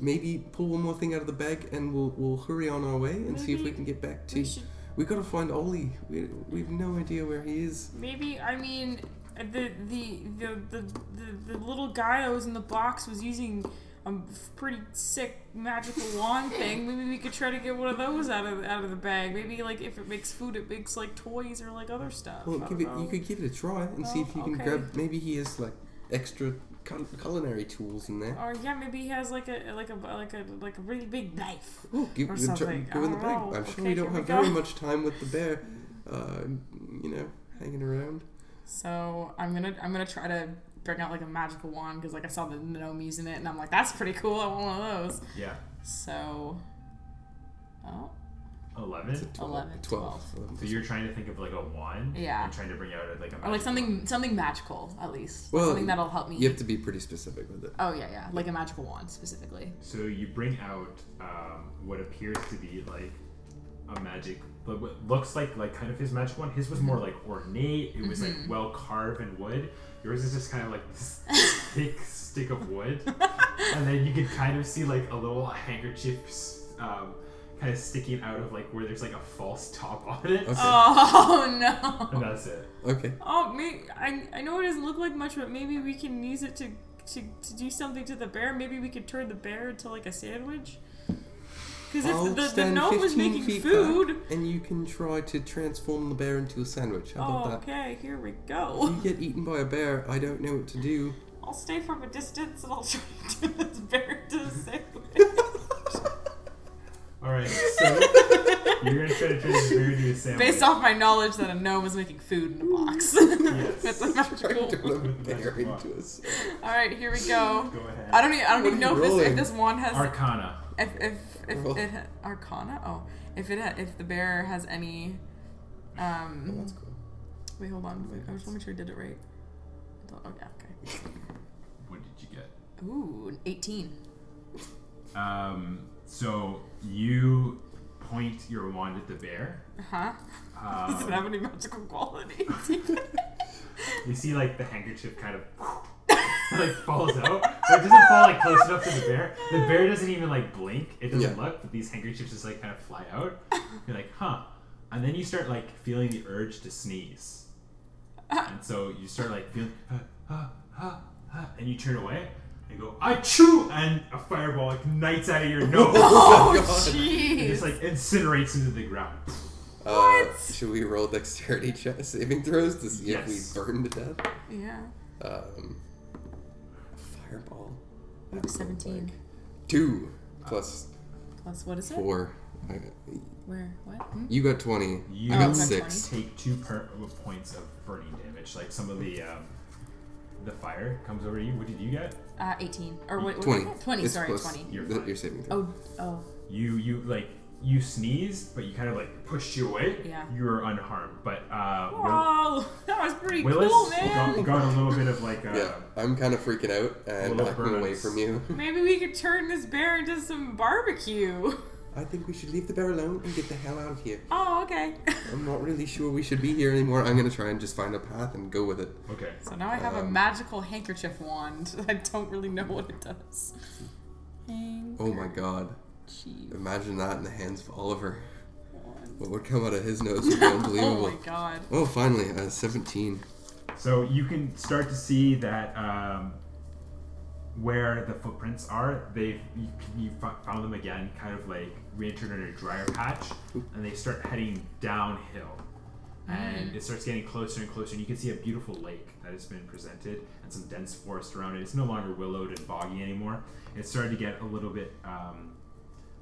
Speaker 3: maybe pull one more thing out of the bag, and we'll we'll hurry on our way and see if we
Speaker 5: Maybe
Speaker 3: can get back to.
Speaker 5: we
Speaker 3: We,
Speaker 5: should
Speaker 3: gotta find Ollie. We we've no idea where he is.
Speaker 5: maybe. I mean, the the the the, the, the little guy that was in the box was using. A pretty sick magical wand thing. Maybe we could try to get one of those out of out of the bag. Maybe like if it makes food, it makes like toys or like other stuff.
Speaker 3: Well,
Speaker 5: I
Speaker 3: give it.
Speaker 5: don't
Speaker 3: You
Speaker 5: know.
Speaker 3: could give it a try and see
Speaker 5: Oh,
Speaker 3: if you can
Speaker 5: okay.
Speaker 3: grab. Maybe he has like extra cul- culinary tools in there.
Speaker 5: Or yeah, maybe he has like a like a like a like a really big knife.
Speaker 3: Oh, give,
Speaker 5: or
Speaker 3: the tr-
Speaker 5: something.
Speaker 3: go in the
Speaker 5: I don't
Speaker 3: bag.
Speaker 5: know.
Speaker 3: I'm sure
Speaker 5: Okay,
Speaker 3: we don't
Speaker 5: here we
Speaker 3: have very
Speaker 5: go.
Speaker 3: much time with the bear. Uh, you know, hanging around.
Speaker 5: So I'm gonna I'm gonna try to bring out like a magical wand because like I saw the gnome using it and I'm like that's pretty cool. I want one of those.
Speaker 6: Yeah.
Speaker 5: So, oh,
Speaker 6: Eleven.
Speaker 3: Twelve-
Speaker 5: 11,
Speaker 3: 12.
Speaker 6: So you're trying to think of like a wand.
Speaker 5: Yeah.
Speaker 6: And trying to bring out like a
Speaker 5: or like
Speaker 6: magic wand.
Speaker 5: something something magical at least. Like,
Speaker 3: Well,
Speaker 5: something that'll help me.
Speaker 3: You have to be pretty specific with it.
Speaker 5: Oh yeah, yeah, like a magical wand specifically.
Speaker 6: So you bring out um, what appears to be like a magic, but what looks like like kind of his magic one. His was more like ornate. It was
Speaker 5: Mm-hmm.
Speaker 6: like well carved in wood. Yours is just kind of like this thick stick of wood, and then you could kind of see like a little handkerchief. Um, Kind of sticking out of like where there's like a false top on it,
Speaker 3: Okay.
Speaker 5: Oh no.
Speaker 6: and that's it.
Speaker 3: okay.
Speaker 5: Oh, may I I know it doesn't look like much, but maybe we can use it to. To, to do something to the bear, maybe we could turn the bear into like a sandwich. Because
Speaker 3: I'll
Speaker 5: if the, the
Speaker 3: stand
Speaker 5: gnome was
Speaker 3: 15
Speaker 5: making
Speaker 3: feet
Speaker 5: food,
Speaker 3: back, and you can try to transform the bear into a sandwich. How about
Speaker 5: Oh,
Speaker 3: that?
Speaker 5: okay, here we
Speaker 3: If
Speaker 5: go.
Speaker 3: you get eaten by a bear, I don't know what to do.
Speaker 5: I'll stay from a distance and I'll try to do this bear to the
Speaker 6: All right, so you're gonna try to turn this bear into a sandwich.
Speaker 5: Based off my knowledge that a gnome was making food in a box. That's a
Speaker 3: Trying
Speaker 5: magical.
Speaker 3: to
Speaker 5: All
Speaker 3: turn a bear into a sandwich.
Speaker 5: right, here we go.
Speaker 6: Go ahead.
Speaker 5: I don't. Even, I don't
Speaker 3: What
Speaker 5: even
Speaker 3: are you
Speaker 5: know if this, if
Speaker 3: rolling?
Speaker 5: this wand has
Speaker 6: Arcana.
Speaker 5: if if, if
Speaker 3: Roll.
Speaker 5: it ha- arcana. Oh, if it ha- if the bear has any.
Speaker 3: Oh,
Speaker 5: Um.
Speaker 3: that's cool.
Speaker 5: Wait, hold on. I just want to make sure I did it right. I don't- Okay. Okay.
Speaker 6: What did you get?
Speaker 5: Ooh, an eighteen.
Speaker 6: Um, so you point your wand at the bear.
Speaker 5: Huh? Uh-huh. Does it
Speaker 6: Um,
Speaker 5: have any magical qualities?
Speaker 6: you see, like the handkerchief kind of like falls out, but it doesn't fall like close enough to the bear. The bear doesn't even like blink. It doesn't
Speaker 3: Yeah.
Speaker 6: look, but these handkerchiefs just like kind of fly out. You're like, huh? And then you start like feeling the urge to sneeze, and so you start like feeling, "Huh, huh, huh, huh," and you turn away and go, achoo, and a fireball ignites out of your nose.
Speaker 5: oh,
Speaker 3: God.
Speaker 6: It just
Speaker 5: jeez.
Speaker 6: like incinerates into the ground.
Speaker 3: Uh,
Speaker 5: What?
Speaker 3: should we roll dexterity check saving throws to see
Speaker 6: Yes.
Speaker 3: if we burn to death?
Speaker 5: Yeah.
Speaker 3: Um, fireball. That was
Speaker 5: 17.
Speaker 3: like Two plus
Speaker 5: Plus, what is it?
Speaker 3: four. I-
Speaker 5: Where? What? Hmm?
Speaker 3: You got twenty.
Speaker 6: You
Speaker 3: I
Speaker 5: Oh,
Speaker 3: got
Speaker 5: okay,
Speaker 3: six.
Speaker 6: take two per- uh, points of burning damage. Like some of the um, the fire comes over you. What did you get?
Speaker 5: Uh, 18. Or what? what
Speaker 3: Twenty.
Speaker 5: was it? 20,
Speaker 3: It's
Speaker 5: sorry,
Speaker 3: plus
Speaker 5: 20.
Speaker 6: You're
Speaker 3: the-
Speaker 6: fine.
Speaker 3: your saving throw.
Speaker 5: Oh, oh.
Speaker 6: You you like you sneezed, but you kind of like pushed you away.
Speaker 5: Yeah.
Speaker 6: You were unharmed, but uh, Will-
Speaker 5: Whoa! That was pretty
Speaker 6: Willis
Speaker 5: cool, man!
Speaker 6: got, got a little bit of like uh,
Speaker 3: Yeah, I'm kind of freaking out and
Speaker 6: Well,
Speaker 3: backing away
Speaker 6: burns.
Speaker 3: from you.
Speaker 5: Maybe we could turn this bear into some barbecue.
Speaker 3: I think we should leave the bear alone and get the hell out of here.
Speaker 5: Oh, okay.
Speaker 3: I'm not really sure we should be here anymore. I'm gonna try and just find a path and go with it.
Speaker 6: okay.
Speaker 5: So now I have a
Speaker 3: Um,
Speaker 5: magical handkerchief wand. I don't really know what it does.
Speaker 3: Oh my god.
Speaker 5: Handkerchief
Speaker 3: Imagine that in the hands of Oliver.
Speaker 5: wand.
Speaker 3: What would come out of his nose would be
Speaker 5: Oh
Speaker 3: unbelievable.
Speaker 5: my god.
Speaker 3: Oh, finally, uh, 17.
Speaker 6: So you can start to see that um, where the footprints are, they've you, you fo- found them again, kind of like re-entered in a drier patch, and they start heading downhill. And it starts getting closer and closer, and you can see a beautiful lake that has been presented and some dense forest around it. It's no longer willowed and boggy anymore. It's starting to get a little bit um,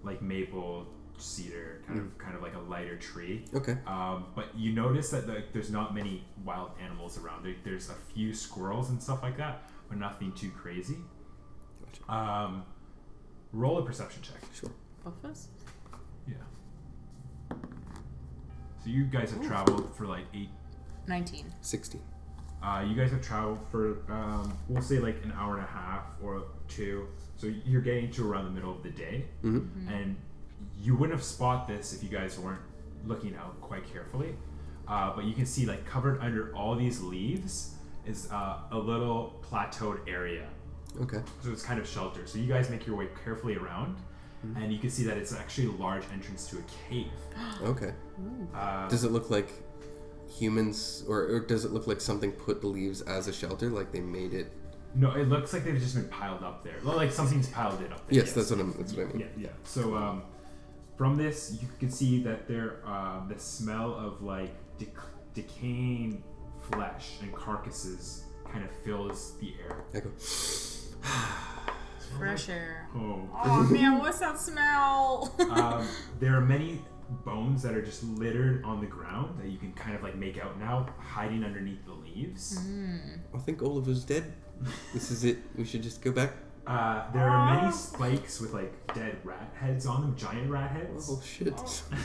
Speaker 6: like maple, cedar, kind of kind of like a lighter tree.
Speaker 3: Okay.
Speaker 6: Um, but you notice that like, there's not many wild animals around. There, there's a few squirrels and stuff like that, but nothing too crazy. Um, roll a perception check.
Speaker 3: Sure.
Speaker 5: Both of us?
Speaker 6: Yeah. So you guys have traveled for like eight.
Speaker 5: 19.
Speaker 3: 16.
Speaker 6: Uh, you guys have traveled for um, we'll say like an hour and a half or two. So you're getting to around the middle of the day,
Speaker 3: Mm-hmm.
Speaker 6: and you wouldn't have spot this if you guys weren't looking out quite carefully. Uh, but you can see like covered under all these leaves is uh, a little plateaued area
Speaker 3: Okay.
Speaker 6: so it's kind of sheltered. So you guys make your way carefully around,
Speaker 3: Mm-hmm.
Speaker 6: and you can see that it's actually a large entrance to a cave.
Speaker 3: Okay.
Speaker 6: Uh,
Speaker 3: Does it look like humans, or, or does it look like something put the leaves as a shelter, like they made it?
Speaker 6: no, it looks like they've just been piled up there. Well, like something's piled it up there.
Speaker 3: Yes, that's what I'm. That's what I mean.
Speaker 6: Yeah, yeah. So um, from this, you can see that there, um, the smell of like dec- decaying flesh and carcasses kind of fills the air.
Speaker 3: I go.
Speaker 5: Fresh air.
Speaker 6: Oh.
Speaker 5: Oh man, what's that smell?
Speaker 6: um, there are many bones that are just littered on the ground that you can kind of like make out now, hiding underneath the leaves.
Speaker 3: I think Oliver's dead. This is it. We should just go back.
Speaker 6: Uh, there are many spikes with like dead rat heads on them, giant rat heads.
Speaker 3: Oh shit.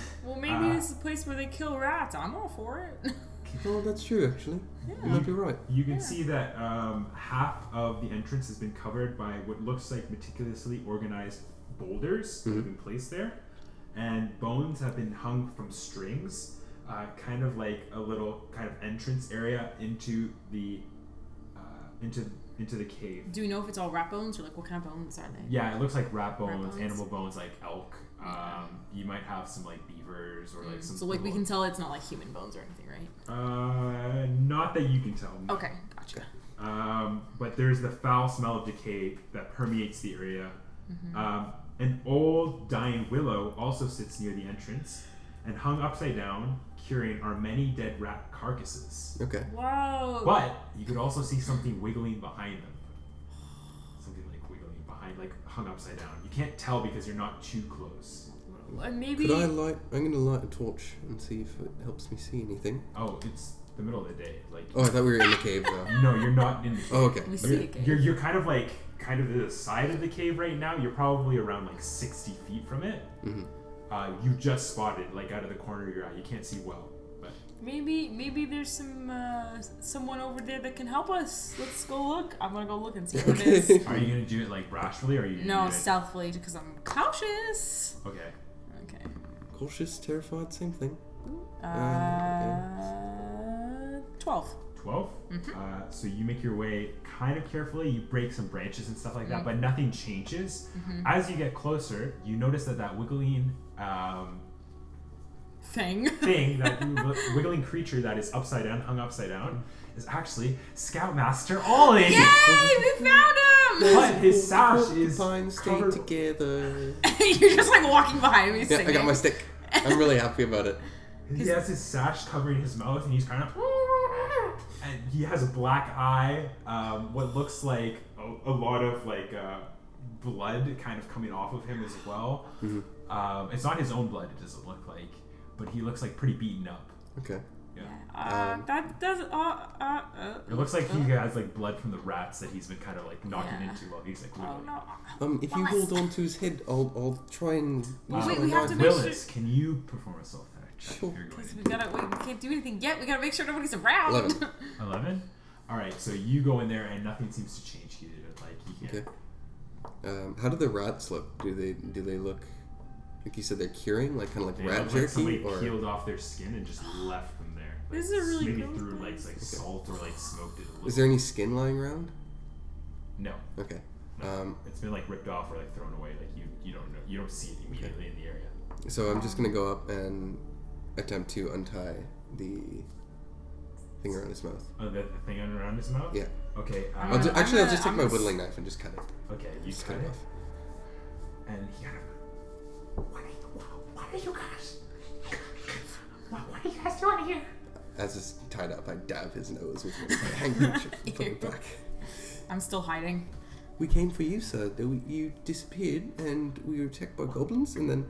Speaker 5: well, maybe this is a place where they kill rats. I'm all for it.
Speaker 3: Oh, that's true. Actually, you might be right.
Speaker 6: You can see that um, half of the entrance has been covered by what looks like meticulously organized boulders that have been placed there, and bones have been hung from strings, uh, kind of like a little kind of entrance area into the uh, into into the cave.
Speaker 5: Do we know if it's all rat bones or like what kind of bones are they?
Speaker 6: Yeah, it looks like rat bones,
Speaker 5: bones.
Speaker 6: animal bones, like elk. Um, you might have some like beavers or like some.
Speaker 5: Mm. So like we
Speaker 6: little-
Speaker 5: can tell it's not like human bones or anything, right?
Speaker 6: Uh, not that you can tell. no.
Speaker 5: Okay, gotcha.
Speaker 6: Um, but there's the foul smell of decay that permeates the area. Um, an old dying willow also sits near the entrance, and hung upside down, curing are many dead rat carcasses.
Speaker 3: Okay.
Speaker 5: Whoa.
Speaker 6: But you could also see something wiggling behind them. Something like wiggling behind, like hung upside down. You can't tell because you're not too close.
Speaker 5: Uh, maybe
Speaker 3: Could I light? I'm gonna light a torch and see if it helps me see anything.
Speaker 6: Oh, it's the middle of the day. Like,
Speaker 3: Oh, I thought we were in the cave though.
Speaker 6: no, you're not in the
Speaker 3: Oh, okay. Okay.
Speaker 5: we see it.
Speaker 6: You're, you're kind of like kind of to the side of the cave right now. You're probably around like 60 feet from it. Uh, you just spotted like out of the corner of your eye. You can't see well, but
Speaker 5: Maybe maybe there's some uh, someone over there that can help us. Let's go look. I'm gonna go look and see what it is.
Speaker 6: are you gonna do it like rashly or are you? gonna
Speaker 5: No,
Speaker 6: do it-
Speaker 5: stealthily because I'm cautious.
Speaker 6: Okay.
Speaker 5: Okay.
Speaker 3: Cautious, terrified, same thing. Um,
Speaker 5: Uh, twelve.
Speaker 6: 12 Uh, so you make your way kind of carefully you break some branches and stuff like that but nothing changes as you get closer you notice that that wiggling um,
Speaker 5: Thing.
Speaker 6: thing, that w- wiggling creature that is upside down, hung upside down, is actually Scoutmaster Ollie.
Speaker 5: Yay! We found him.
Speaker 6: But his sash is
Speaker 3: Porcupine, stay
Speaker 6: covered.
Speaker 3: together.
Speaker 5: You're just like walking behind me
Speaker 3: Yeah,
Speaker 5: singing.
Speaker 3: I got my stick. I'm really happy about it.
Speaker 6: He has his sash covering his mouth, and he's kind of. And he has a black eye. Um, what looks like a, a lot of like uh, blood kind of coming off of him as well. Um, it's not his own blood. It doesn't look like, but he looks like pretty beaten up.
Speaker 3: Okay.
Speaker 5: Uh,
Speaker 3: Um,
Speaker 5: that does. Uh, uh, uh,
Speaker 6: It looks like he has like blood from the rats that he's been kind of like knocking
Speaker 5: Yeah.
Speaker 6: into while he's like.
Speaker 5: oh
Speaker 6: wiggling.
Speaker 5: no.
Speaker 3: Um, if you hold on to his head, I'll I'll try and.
Speaker 6: Uh,
Speaker 5: Wait, we have to make sure.
Speaker 6: Willis, can you perform a self check?
Speaker 3: Sure.
Speaker 6: You're going
Speaker 5: We gotta. Wait, we can't do anything yet. We gotta make sure nobody's around.
Speaker 3: Eleven.
Speaker 6: to- Eleven. All right, so you go in there and nothing seems to change here. Like you can't.
Speaker 3: Okay. Um, how do the rats look? Do they do they look like you said they're curing, like kind of like
Speaker 6: They
Speaker 3: rat
Speaker 6: look like somebody
Speaker 3: jerky, or
Speaker 6: peeled off their skin and just left them there. Like,
Speaker 5: This is a really
Speaker 6: maybe
Speaker 5: cool
Speaker 6: threw like
Speaker 5: place.
Speaker 6: like salt or like smoked it a little.
Speaker 3: is there any skin lying around?
Speaker 6: no,
Speaker 3: Okay. Um,
Speaker 6: it's been like ripped off or like thrown away. Like you you don't know you don't see it immediately in the area.
Speaker 3: so I'm just gonna go up and attempt to untie the thing around his mouth.
Speaker 6: Oh, the, the thing around his mouth?
Speaker 3: Yeah.
Speaker 6: Okay. Um,
Speaker 3: I'll ju-
Speaker 5: I'm
Speaker 3: actually, I'll
Speaker 5: gonna-
Speaker 3: just take
Speaker 5: I'm
Speaker 3: my
Speaker 5: gonna s-
Speaker 3: whittling knife and just cut it.
Speaker 6: okay, you
Speaker 3: Just
Speaker 6: cut
Speaker 3: cut it off.
Speaker 6: And he kind of. What are you, what are you guys? What, what are you guys doing here?
Speaker 3: As it's tied up, I dab his nose with my handkerchief and put it back.
Speaker 5: I'm still hiding.
Speaker 3: We came for you, sir. There we- You disappeared, and we were attacked by goblins, and then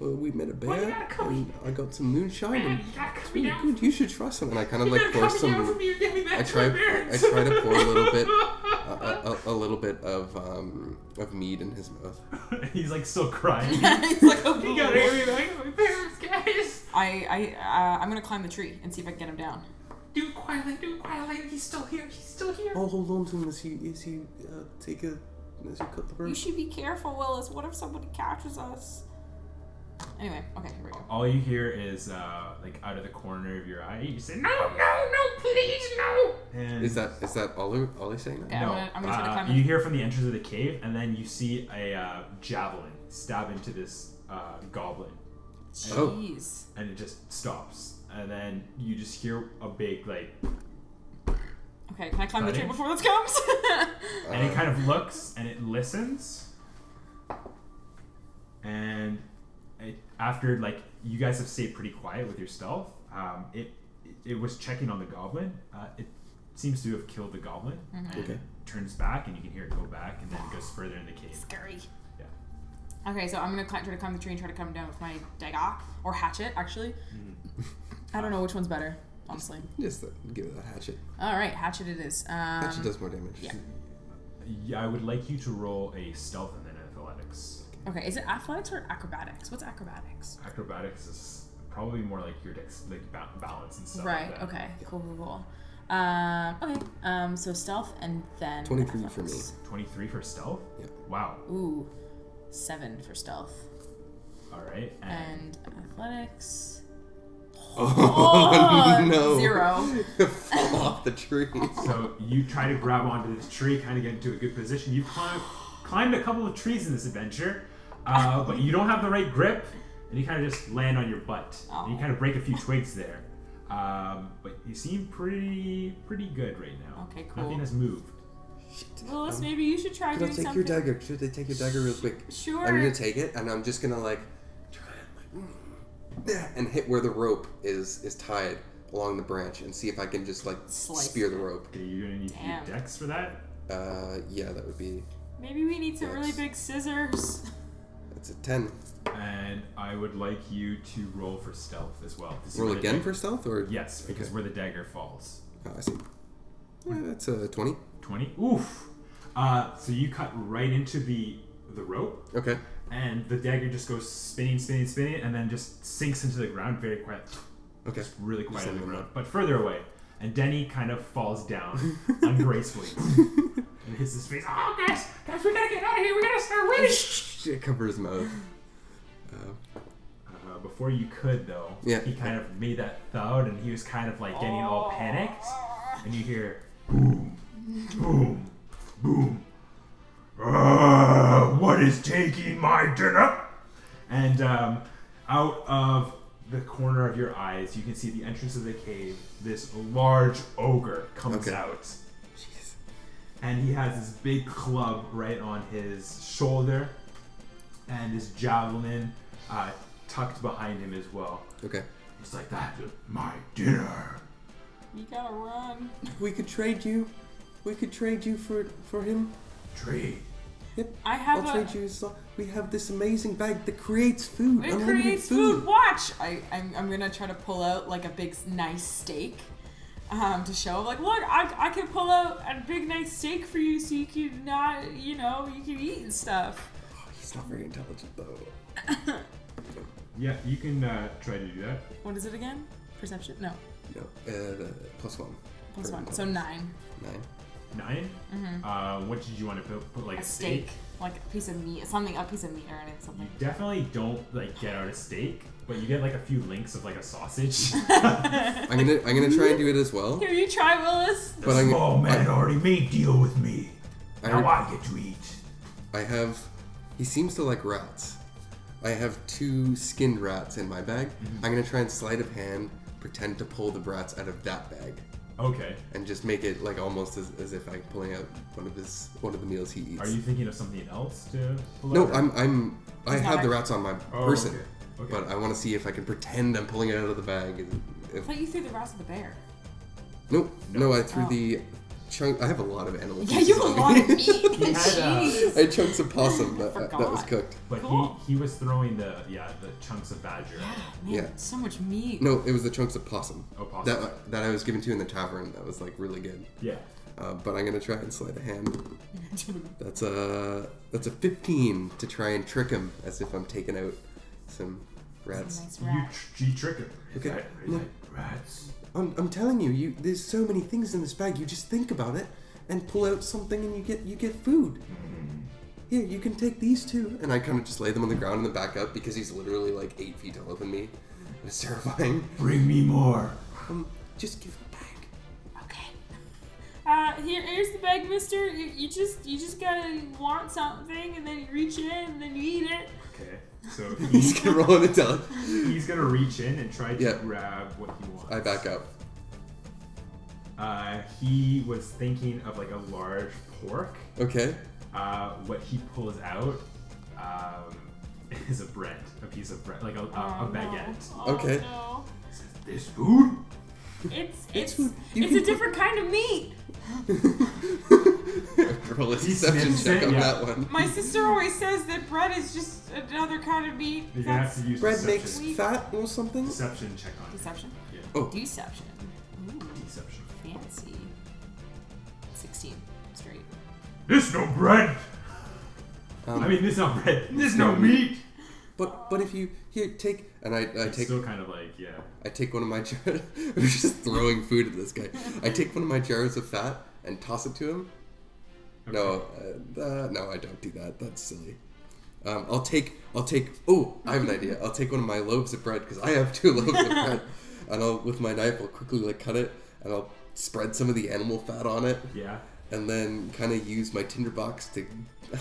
Speaker 3: uh, we met a bear, and I got some moonshine. And it's really good. You should try some. And I kind of like pour some. I try. I try to pour a little bit, a, a, a little bit of um, of mead in his mouth.
Speaker 6: He's like still crying.
Speaker 5: it's like a
Speaker 6: you gotta give me back my parents, guys.
Speaker 5: I, I, uh, I'm gonna climb the tree and see if I can get him down.
Speaker 6: Do it quietly, do it quietly. He's still here, he's still here.
Speaker 3: I'll hold on to him as you as you uh, take a as you cut the rope.
Speaker 5: You should be careful, Willis. What if somebody catches us? Anyway, okay, here we go.
Speaker 6: All you hear is, uh, like, out of the corner of your eye, you say, No, no, no, please, no. And
Speaker 3: Is that is that Ollie, Ollie saying that?
Speaker 5: Yeah,
Speaker 6: no.
Speaker 5: I'm gonna, I'm gonna try to
Speaker 6: uh,
Speaker 5: climb
Speaker 6: you
Speaker 5: in.
Speaker 6: hear from the entrance of the cave, and then you see a uh, javelin stab into this uh, goblin,
Speaker 3: Oh.
Speaker 5: Jeez.
Speaker 6: and it just stops. And then you just hear a big, like,
Speaker 5: Okay, can I climb the tree
Speaker 6: Cutting.
Speaker 5: before this comes?
Speaker 6: and it kind of looks and it listens and it, after like you guys have stayed pretty quiet with your stealth um, it it was checking on the goblin uh, it seems to have killed the goblin
Speaker 5: Mm-hmm.
Speaker 6: and
Speaker 3: Okay.
Speaker 6: turns back and you can hear it go back and then it goes further in the cave
Speaker 5: Scary.
Speaker 6: yeah
Speaker 5: Okay, so I'm gonna cli- try to climb the tree and try to come down with my dagger or hatchet, actually. I don't know which one's better, honestly.
Speaker 3: Just uh, give it that hatchet.
Speaker 5: All right, hatchet it is. Um,
Speaker 3: Hatchet does more damage.
Speaker 5: yeah.
Speaker 6: yeah, I would like you to roll a stealth and then athletics.
Speaker 5: Um, Okay, is it athletics or acrobatics? What's acrobatics?
Speaker 6: Acrobatics is probably more like your dex, like ba- balance and stuff. like
Speaker 5: right.
Speaker 6: that.
Speaker 5: Okay. Cool. Cool. Cool. Um, okay. Um, so stealth and then
Speaker 3: 23 for
Speaker 5: athletics.
Speaker 6: Twenty-three for stealth.
Speaker 3: Yeah.
Speaker 6: Wow.
Speaker 5: Ooh, seven for stealth
Speaker 6: All right.
Speaker 5: and athletics.
Speaker 3: Oh, no!
Speaker 5: Zero.
Speaker 3: Fall off the tree.
Speaker 6: So you try to grab onto this tree, kind of get into a good position. You've climbed, climbed a couple of trees in this adventure, uh, but you don't have the right grip, and you kind of just land on your butt. And you
Speaker 5: Oh.
Speaker 6: kind of break a few twigs there. Um, but you seem pretty pretty good right now.
Speaker 5: Okay, cool.
Speaker 6: Nothing has moved.
Speaker 5: Willis, maybe you should try
Speaker 3: Should Um, I
Speaker 5: doing
Speaker 3: take
Speaker 5: something.
Speaker 3: your dagger? Should I take your dagger real quick?
Speaker 5: Sure.
Speaker 3: I'm gonna take it and I'm just gonna like try and like mm, yeah, and hit where the rope is is tied along the branch and see if I can just like
Speaker 5: Slice
Speaker 3: spear the rope.
Speaker 6: Okay, you're gonna need your
Speaker 5: Damn.
Speaker 6: dex for that.
Speaker 3: Uh, yeah, that would be
Speaker 5: Maybe we need some really
Speaker 3: Yes.
Speaker 5: big scissors.
Speaker 3: that's a ten.
Speaker 6: And I would like you to roll for stealth as well. This is
Speaker 3: Roll
Speaker 6: where the
Speaker 3: again
Speaker 6: dag-
Speaker 3: for stealth or
Speaker 6: Yes, because where the dagger falls.
Speaker 3: Oh, I see. Yeah, that's a twenty.
Speaker 6: 20. Oof! Uh, so you cut right into the the rope.
Speaker 3: Okay.
Speaker 6: and the dagger just goes spinning, spinning, spinning, and then just sinks into the ground very quiet,
Speaker 3: Okay.
Speaker 6: really quiet
Speaker 3: Just
Speaker 6: on the
Speaker 3: a
Speaker 6: ground,
Speaker 3: little
Speaker 6: but further away. And Denny kind of falls down ungracefully and hits his face. Oh, guys, guys, we gotta get out of here. We gotta start running.
Speaker 3: Shit, cover his mouth. Uh,
Speaker 6: Uh, before you could, though,
Speaker 3: Yeah.
Speaker 6: he kind of made that thud, and he was kind of like getting all panicked. And you hear boom, boom, boom. "Ah, what is taking my dinner? And um, out of the corner of your eyes, you can see the entrance of the cave. This large ogre comes
Speaker 3: Okay.
Speaker 6: out. And he has this big club right on his shoulder and his javelin uh, tucked behind him as well.
Speaker 3: okay.
Speaker 6: It's like, that's my dinner.
Speaker 5: You gotta run.
Speaker 3: We could trade you. We could trade you for for him.
Speaker 6: Tree.
Speaker 3: Yep.
Speaker 5: I have
Speaker 3: I'll
Speaker 5: a.
Speaker 3: trade you. So- we have this amazing bag that creates food.
Speaker 5: It
Speaker 3: unlimited
Speaker 5: creates food. Watch. I, I'm, I'm gonna try to pull out like a big s- nice steak, um, to show like, look, I, I can pull out a big nice steak for you, so you can not, you know, you can eat and stuff.
Speaker 3: He's not very intelligent though.
Speaker 6: Yeah, you can uh, try to do that.
Speaker 5: What is it again? Perception? No,
Speaker 3: No, uh, plus one.
Speaker 5: plus
Speaker 3: For
Speaker 5: one. So
Speaker 3: intelligence.
Speaker 5: nine.
Speaker 3: Nine.
Speaker 6: 9 Uh, what did you want to put? put like
Speaker 5: Mm-hmm. A steak, like a piece of meat, something, a piece of meat or anything, something.
Speaker 6: Definitely don't like get out a steak, but you get like a few links of like a sausage.
Speaker 3: I'm gonna I'm gonna try and do it as well.
Speaker 5: Here, you try, Willis.
Speaker 3: But I'm, I,
Speaker 6: oh, already made deal with me.
Speaker 3: I re-
Speaker 6: I get to eat.
Speaker 3: I have. He seems to like rats. I have two skinned
Speaker 6: Mm-hmm.
Speaker 3: rats in my bag. I'm gonna try and sleight of hand pretend to pull the rats out of that bag.
Speaker 6: Okay.
Speaker 3: and just make it like almost as, as if I'm pulling out one of his one of the meals he eats.
Speaker 6: Are you thinking of something else to pull
Speaker 3: no,
Speaker 6: out?
Speaker 3: I'm I'm I
Speaker 5: He's
Speaker 3: have
Speaker 5: not
Speaker 3: the rats
Speaker 5: act-
Speaker 3: on my
Speaker 6: Oh,
Speaker 3: person,
Speaker 6: okay. Okay.
Speaker 3: but I want to see if I can pretend I'm pulling it out of the bag. And if,
Speaker 5: I thought you threw the rats at the bear.
Speaker 3: nope, no, I threw
Speaker 5: Oh.
Speaker 3: the chunk. I have a lot of animal.
Speaker 5: Yeah, you
Speaker 3: pieces
Speaker 5: have a
Speaker 3: on
Speaker 5: lot
Speaker 3: me.
Speaker 5: of meat.
Speaker 6: He had, uh,
Speaker 5: Jeez.
Speaker 3: I chunked some possum that, that,
Speaker 5: Forgot.
Speaker 3: was cooked.
Speaker 6: but
Speaker 5: Cool.
Speaker 6: he, he was throwing the yeah the chunks of badger.
Speaker 5: Yeah, man,
Speaker 3: Yeah.
Speaker 5: so much meat.
Speaker 3: No, it was the chunks of possum.
Speaker 6: Oh, possum.
Speaker 3: That that I was given to in the tavern. That was like really good.
Speaker 6: Yeah.
Speaker 3: Uh, but I'm gonna try and slide a hand. That's a that's a 15 to try and trick him as if I'm taking out some rats.
Speaker 5: nice
Speaker 6: You
Speaker 5: rat.
Speaker 6: tr- you trick him. He's
Speaker 3: Okay.
Speaker 6: like- he's
Speaker 3: No.
Speaker 6: like, rats.
Speaker 3: I'm, I'm telling you, you there's so many things in this bag. You just think about it and pull out something, and you get you get food. Here, you can take these two, and I kind of just lay them on the ground and then back up because he's literally like eight feet taller than me. It's terrifying.
Speaker 6: Bring me more.
Speaker 3: Um, just give it back.
Speaker 4: Okay. Uh, here, here's the bag, mister. You, you just, you just gotta want something, and then you reach in, and then you eat it.
Speaker 6: Okay. So
Speaker 3: He's
Speaker 6: he,
Speaker 3: gonna roll an intel.
Speaker 6: he's gonna reach in and try to
Speaker 3: Yeah.
Speaker 6: grab what he wants.
Speaker 3: I back up.
Speaker 6: Uh, he was thinking of like a large pork.
Speaker 3: Okay.
Speaker 6: Uh, what he pulls out um, is a bread, a piece of bread, like a, a, Uh, a
Speaker 4: Oh, no.
Speaker 6: baguette.
Speaker 4: Oh,
Speaker 3: Okay.
Speaker 4: no.
Speaker 6: This food?
Speaker 4: It's,
Speaker 3: It's
Speaker 4: it's,
Speaker 3: food. You
Speaker 4: it's
Speaker 3: can
Speaker 4: a different kind of meat.
Speaker 3: roll a
Speaker 6: He
Speaker 3: deception
Speaker 6: sniffs
Speaker 3: check
Speaker 6: it,
Speaker 3: on
Speaker 6: yeah.
Speaker 3: that one.
Speaker 5: My sister always says that bread is just another kind of meat.
Speaker 6: You're gonna have
Speaker 5: That's
Speaker 6: to use
Speaker 3: Bread
Speaker 6: deception.
Speaker 3: makes fat or something.
Speaker 6: deception check on it.
Speaker 5: deception.
Speaker 6: Yeah.
Speaker 3: Oh.
Speaker 5: Deception. Ooh,
Speaker 6: Deception.
Speaker 5: fancy. Sixteen straight.
Speaker 6: There's no bread.
Speaker 3: Um,
Speaker 6: I mean, there's no bread. There's no meat.
Speaker 3: But but if you here take and I, I
Speaker 6: It's
Speaker 3: take
Speaker 6: still kind of like yeah.
Speaker 3: I take one of my jar- I'm just throwing food at this guy. I take one of my jars of fat and toss it to him. No, uh, uh, no, I don't do that. That's silly. Um, I'll take I'll take oh I have an idea. I'll take one of my loaves of bread because I have two loaves of bread, and I'll with my knife I'll quickly like cut it and I'll spread some of the animal fat on it
Speaker 6: Yeah.
Speaker 3: and then kind of use my tinderbox to.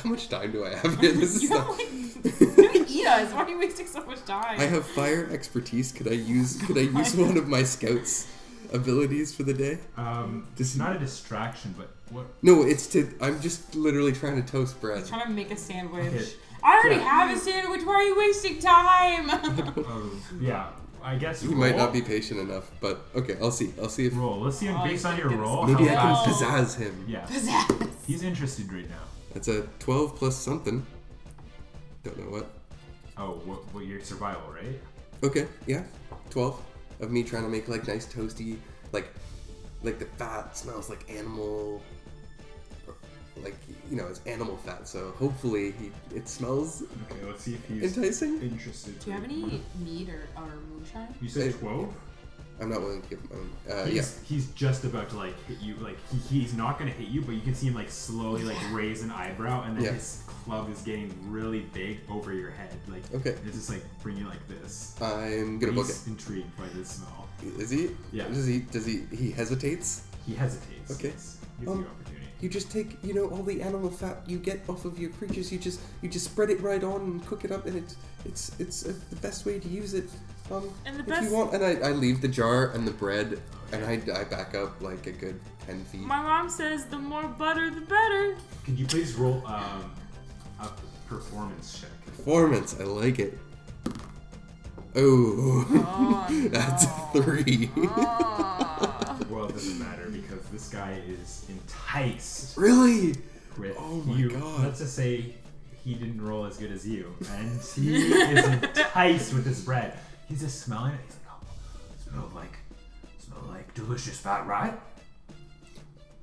Speaker 3: How much time do I have here? This is
Speaker 5: You have
Speaker 3: not.
Speaker 5: like you eat us. Why are you wasting so much time?
Speaker 3: I have fire expertise. Could I use could I use one of my scouts abilities for the day?
Speaker 6: Um,
Speaker 3: This is-
Speaker 6: not a distraction, but what?
Speaker 3: No, it's to I'm just literally trying to toast bread.
Speaker 5: I'm trying to make a sandwich.
Speaker 6: Okay.
Speaker 5: I already
Speaker 6: Yeah.
Speaker 5: have a sandwich. Why are you wasting time?
Speaker 6: Oh, yeah. I guess
Speaker 3: You
Speaker 6: roll.
Speaker 3: might not be patient enough, but okay, I'll see. I'll see if
Speaker 6: roll. Let's see
Speaker 5: Oh,
Speaker 6: based
Speaker 5: you
Speaker 6: on your
Speaker 5: think it's-
Speaker 6: roll.
Speaker 3: maybe I
Speaker 6: how
Speaker 3: can
Speaker 6: fast-
Speaker 5: Oh.
Speaker 3: pizzazz him.
Speaker 6: Yeah.
Speaker 5: Pizzazz.
Speaker 6: He's interested right now.
Speaker 3: That's a 12 plus something. Don't know what.
Speaker 6: Oh, what, what your survival, right?
Speaker 3: Okay, yeah, 12 of me trying to make like nice toasty, like like the fat smells like animal, like you know it's animal fat. So hopefully he it smells
Speaker 6: Okay, let's see if he's
Speaker 3: enticing.
Speaker 6: interested.
Speaker 5: Do you have any meat or, or moonshine?
Speaker 6: You said twelve.
Speaker 3: I'm not willing to give him. Uh,
Speaker 6: He's,
Speaker 3: yeah.
Speaker 6: he's just about to like hit you. Like he, he's not gonna hit you, but you can see him like slowly like raise an eyebrow, and then
Speaker 3: Yeah.
Speaker 6: his club is getting really big over your head. Like
Speaker 3: Okay.
Speaker 6: it's just like bring you like this.
Speaker 3: I'm gonna book
Speaker 6: he's
Speaker 3: it.
Speaker 6: intrigued by this smell.
Speaker 3: Is he?
Speaker 6: Yeah.
Speaker 3: Does he? Does he? He hesitates.
Speaker 6: He hesitates.
Speaker 3: Okay.
Speaker 6: Yes. Gives
Speaker 3: Um,
Speaker 6: you opportunity.
Speaker 3: You just take, you know, all the animal fat you get off of your creatures. You just, you just spread it right on and cook it up, and it's, it's, it's uh, the best way to use it. Um,
Speaker 4: And the
Speaker 3: if
Speaker 4: best-
Speaker 3: you want, and I, I leave the jar and the bread, and I, I back up like a good ten feet.
Speaker 4: My mom says the more butter, the better.
Speaker 6: Could you please roll um, a performance check?
Speaker 3: Performance, I like it. Oh, that's a three.
Speaker 4: Oh.
Speaker 6: Well, it doesn't matter because this guy is enticed
Speaker 3: really?
Speaker 6: with
Speaker 3: Oh my
Speaker 6: you.
Speaker 3: God.
Speaker 6: Let's just say he didn't roll as good as you, and he is enticed with this bread. He's just smelling it. He's like, oh, smell like, smell like delicious fat, right?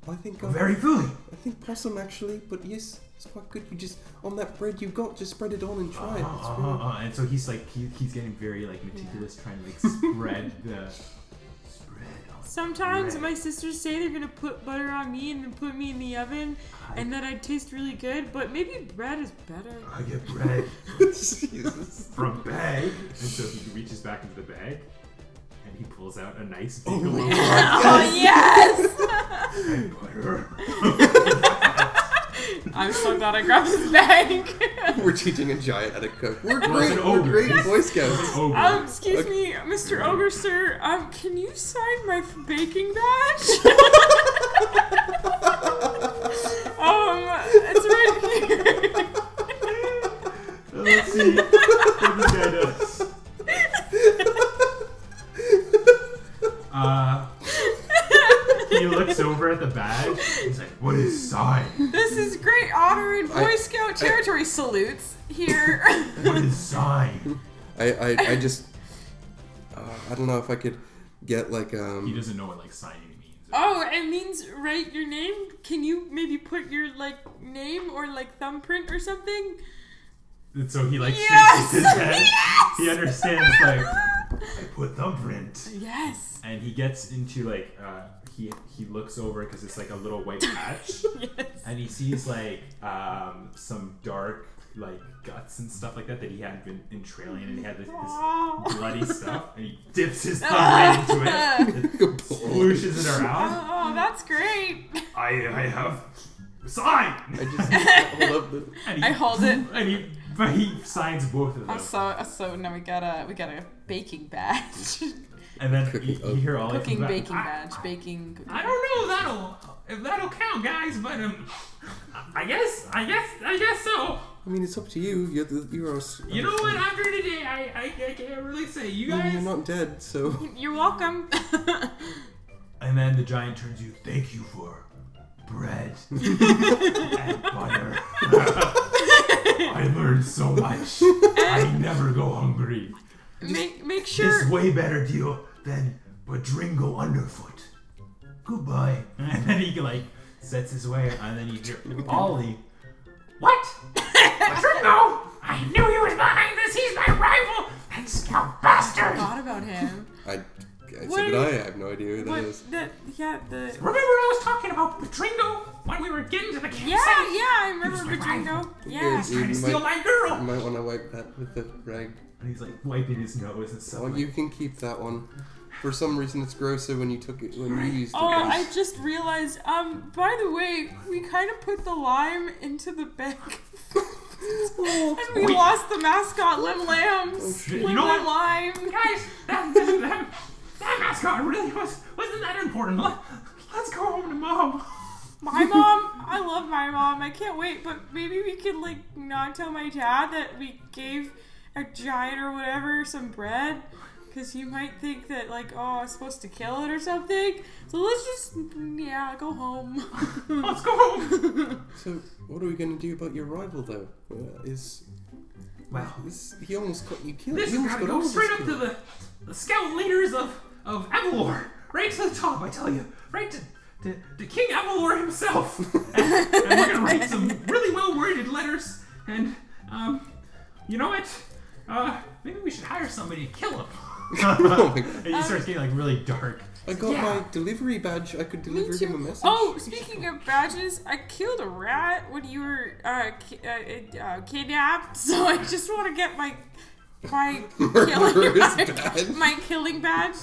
Speaker 3: I think. I'm-
Speaker 6: Very foodie.
Speaker 3: I think possum actually, but yes, it's quite good. You just on that bread you got, just spread it on and try it. Oh, It's
Speaker 6: Uh-huh,
Speaker 3: really-
Speaker 6: uh-huh. And so he's like, he, he's getting very like meticulous, trying to like spread the spread. on
Speaker 4: Sometimes
Speaker 6: bread.
Speaker 4: my sisters say they're gonna put butter on me and then put me in the oven, and that I taste really good. But maybe bread is better.
Speaker 6: I get bread
Speaker 3: Jesus.
Speaker 6: from bag, and so he reaches back into the bag, and he pulls out a nice
Speaker 3: Oh
Speaker 6: big
Speaker 3: my
Speaker 6: loaf
Speaker 3: God.
Speaker 5: Oh yes!
Speaker 6: Butter.
Speaker 5: I'm so glad I grabbed his bag.
Speaker 3: We're teaching a giant how to cook. We're
Speaker 6: Well, it's
Speaker 3: great.
Speaker 6: an
Speaker 3: We're
Speaker 6: ogre.
Speaker 3: great Boy Scouts.
Speaker 6: Ogre.
Speaker 5: Um, excuse
Speaker 3: Okay.
Speaker 5: me, Mr. Ogre, sir. Um, can you sign my f- baking badge? um, it's right here.
Speaker 6: Uh, Let's see what this guy does. Uh, he looks over at the badge. He's like, "What is sign?
Speaker 5: This is great honor in Boy
Speaker 3: I-
Speaker 5: Scout
Speaker 3: I-
Speaker 5: territory. salutes here.
Speaker 6: What is sign?"
Speaker 3: I, I, I just, uh, I don't know if I could get like
Speaker 6: He
Speaker 3: um.
Speaker 6: doesn't know what like sign means.
Speaker 4: Oh, it means write your name. Can you maybe put your like name or like thumbprint or something?
Speaker 6: And so he like
Speaker 5: Yes!
Speaker 6: shakes his head. He understands like I put thumbprint.
Speaker 5: yes.
Speaker 6: and he gets into like uh, he he looks over because it's like a little white patch, and he sees like um, some dark like guts and stuff like that that he had been entrailing, and he had this, this
Speaker 5: Oh,
Speaker 6: bloody stuff, and he dips his thumb right into it, and swooshes it around.
Speaker 5: Oh, that's great.
Speaker 6: I I have sign,
Speaker 3: I just I love the.
Speaker 6: and he,
Speaker 5: I hold it.
Speaker 6: and he but he signs both of them,
Speaker 5: I'm so uh, so now we got a we got a baking badge,
Speaker 6: and then
Speaker 3: Cooking
Speaker 6: you, you hear all
Speaker 5: cooking
Speaker 6: like,
Speaker 5: baking
Speaker 6: "Ah,
Speaker 5: badge, baking. cooking-
Speaker 6: I don't know if that'll if that'll count, guys, but um, I guess I guess I guess so.
Speaker 3: I mean, it's up to you. You're the, you're our. s-
Speaker 6: You know what? After today, I I, I can't really say. You
Speaker 3: I mean, You're
Speaker 6: guys.
Speaker 3: not dead, so
Speaker 5: You're welcome.
Speaker 6: And then the giant turns you. Thank you for bread and butter. I learned so much. I never go hungry.
Speaker 5: make make sure.
Speaker 6: It's way better deal than Badringo Underfoot. Goodbye. And then he like sets his way, and then you hear Ollie. What? Badringo! I knew he was behind this. He's my rival. That scout bastard.
Speaker 5: Thought about him.
Speaker 3: I. I so
Speaker 5: What are
Speaker 3: did
Speaker 5: you-
Speaker 3: I. I have no idea who that
Speaker 5: What?
Speaker 3: is.
Speaker 5: The, yeah. The.
Speaker 6: Remember I was talking about Badringo when we were getting to the campsite?
Speaker 5: Yeah, yeah, I remember
Speaker 6: Here's my
Speaker 5: Badringo.
Speaker 6: rifle.
Speaker 5: Yeah.
Speaker 3: You
Speaker 6: Trying to
Speaker 3: might-
Speaker 6: steal my girl.
Speaker 3: You might want to wipe that with the rag.
Speaker 6: And he's like wiping his nose and stuff.
Speaker 3: Oh,
Speaker 6: like-
Speaker 3: you can keep that one. For some reason, it's grosser when you took it when you used it.
Speaker 4: Oh, I just realized. Um, by the way, we kind of put the lime into the bag. and we
Speaker 6: Wait. Oh,
Speaker 4: lost the mascot, Lim Lambs.
Speaker 6: You
Speaker 4: Lim
Speaker 6: know
Speaker 4: Lim
Speaker 6: what?
Speaker 4: Lime.
Speaker 6: Guys, that, that, that, that mascot really was, wasn't that important. Let, let's go home to mom.
Speaker 4: My mom, I love my mom. I can't wait, but maybe we could, like, not tell my dad that we gave a giant or whatever some bread. Because he might think that, like, oh, I was supposed to kill it or something. So let's just, yeah, go home.
Speaker 6: Let's go home.
Speaker 3: So, what are we going to do about your rival, though? Uh, is
Speaker 6: Well,
Speaker 3: is he almost got you killed?
Speaker 6: this
Speaker 3: he
Speaker 6: has got
Speaker 3: almost
Speaker 6: to
Speaker 3: got
Speaker 6: go
Speaker 3: all of us
Speaker 6: straight up
Speaker 3: killed.
Speaker 6: to the, the scout leaders of, of Avalor. Right to the top, I tell you. Right to, to, to King Avalor himself. and, and we're going to write some really well worded letters. And, um, you know what? Uh, maybe we should hire somebody to kill him.
Speaker 3: Oh my god!
Speaker 6: It starts getting like really dark.
Speaker 3: I got
Speaker 6: Yeah.
Speaker 3: my delivery badge. I could deliver him a message.
Speaker 4: Oh, speaking of badges, I killed a rat when you were uh, ki- uh, uh, kidnapped, so I just want to get my my killing
Speaker 3: Murderous
Speaker 4: badge,
Speaker 3: badge.
Speaker 4: my killing badge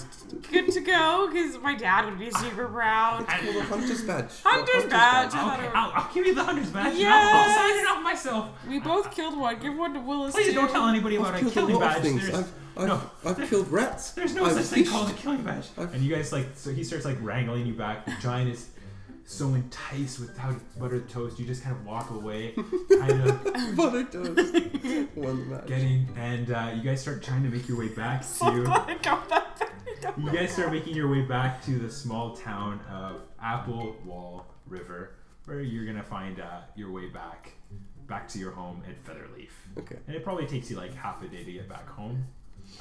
Speaker 4: good to go because my dad would be super proud.
Speaker 3: Well, the hunter's badge.
Speaker 4: Hunter's badge. I thought
Speaker 6: Okay,
Speaker 4: it was-
Speaker 6: I'll, I'll give you the hunter's badge. and I'll, I'll
Speaker 4: Yes!
Speaker 6: sign it off myself.
Speaker 4: We both killed one. Give one to Willis.
Speaker 6: Please
Speaker 4: too.
Speaker 6: don't tell anybody about
Speaker 3: I've
Speaker 6: a
Speaker 3: killed a
Speaker 6: killing
Speaker 3: lot
Speaker 6: badge.
Speaker 3: of things.
Speaker 6: There's,
Speaker 3: I've, I've,
Speaker 6: no,
Speaker 3: I've
Speaker 6: there-
Speaker 3: killed rats.
Speaker 6: there's no
Speaker 3: I've
Speaker 6: such thing
Speaker 3: fished.
Speaker 6: called a killing badge.
Speaker 3: I've-
Speaker 6: And you guys like, so he starts like wrangling you back. The giant is so enticed with how to butter the toast. You just kind of walk away, kind of
Speaker 3: But it does. One match.
Speaker 6: getting, and uh, you guys start trying to make your way back
Speaker 4: I'm
Speaker 6: to.
Speaker 4: glad I got that badge.
Speaker 6: You guys start making your way back to the small town of Apple Wall River, where you're gonna find uh, your way back, back to your home at Featherleaf.
Speaker 3: Okay.
Speaker 6: And it probably takes you like half a day to get back home.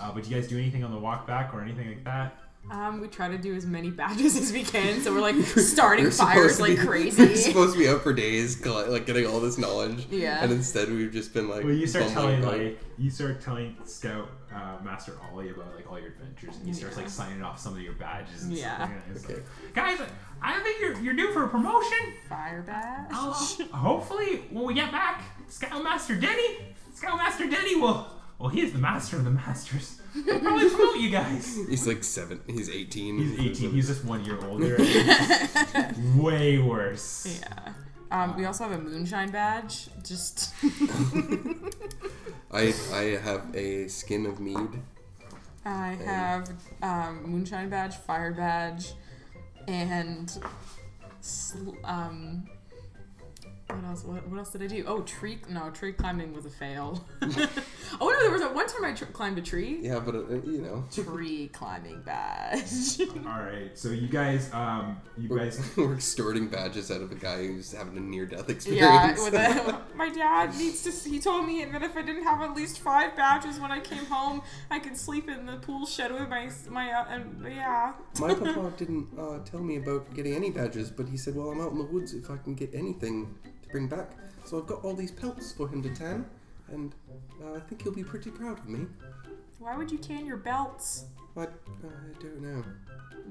Speaker 6: Uh, but you guys do anything on the walk back or anything like that?
Speaker 5: Um, we try to do as many badges as we can, so we're like starting
Speaker 3: We're
Speaker 5: fires
Speaker 3: supposed to
Speaker 5: like
Speaker 3: be- We're
Speaker 5: crazy.
Speaker 3: supposed to be out for days, coll- like getting all this knowledge.
Speaker 5: Yeah.
Speaker 3: And instead, we've just been like. oh
Speaker 6: Well, you start telling
Speaker 3: bumbling about-
Speaker 6: like you start telling Scout uh, Master Ollie about like all your adventures, and he starts like signing off some of your badges. And
Speaker 5: Yeah.
Speaker 6: Stuff. like that. It's like,
Speaker 3: Okay.
Speaker 6: Guys, I think you're you're due for a promotion.
Speaker 5: Fire badge.
Speaker 6: I'll- hopefully, when we get back, Scoutmaster Denny, Scoutmaster Denny will. Well, he is the master of the masters. He'll probably promote you guys.
Speaker 3: He's like seven. He's 18.
Speaker 6: He's 18. He's just one year older. way worse.
Speaker 5: Yeah. Um, we also have a moonshine badge. Just
Speaker 3: I I have a skin of mead.
Speaker 5: I have um, moonshine badge, fire badge, and sl- um, what else? What, what else did I do? Oh, tree. No, tree climbing was a fail. oh no, there was a one time I tr- climbed a tree.
Speaker 3: Yeah, but uh, you know,
Speaker 5: Tree climbing badge.
Speaker 6: All right, so you guys, um, you guys,
Speaker 3: we're extorting badges out of a guy who's having a near-death
Speaker 5: yeah,
Speaker 3: experience.
Speaker 5: with a,
Speaker 4: My dad needs to. He told me that if I didn't have at least five badges when I came home, I could sleep in the pool shed with my my. Uh, and, yeah.
Speaker 3: My papa didn't uh, tell me about getting any badges, but he said, "Well, I'm out in the woods. If I can get anything to bring back, so I've got all these pelts for him to tan, and uh, I think he'll be pretty proud of me."
Speaker 4: Why would you tan your belts?
Speaker 3: But uh, I don't know.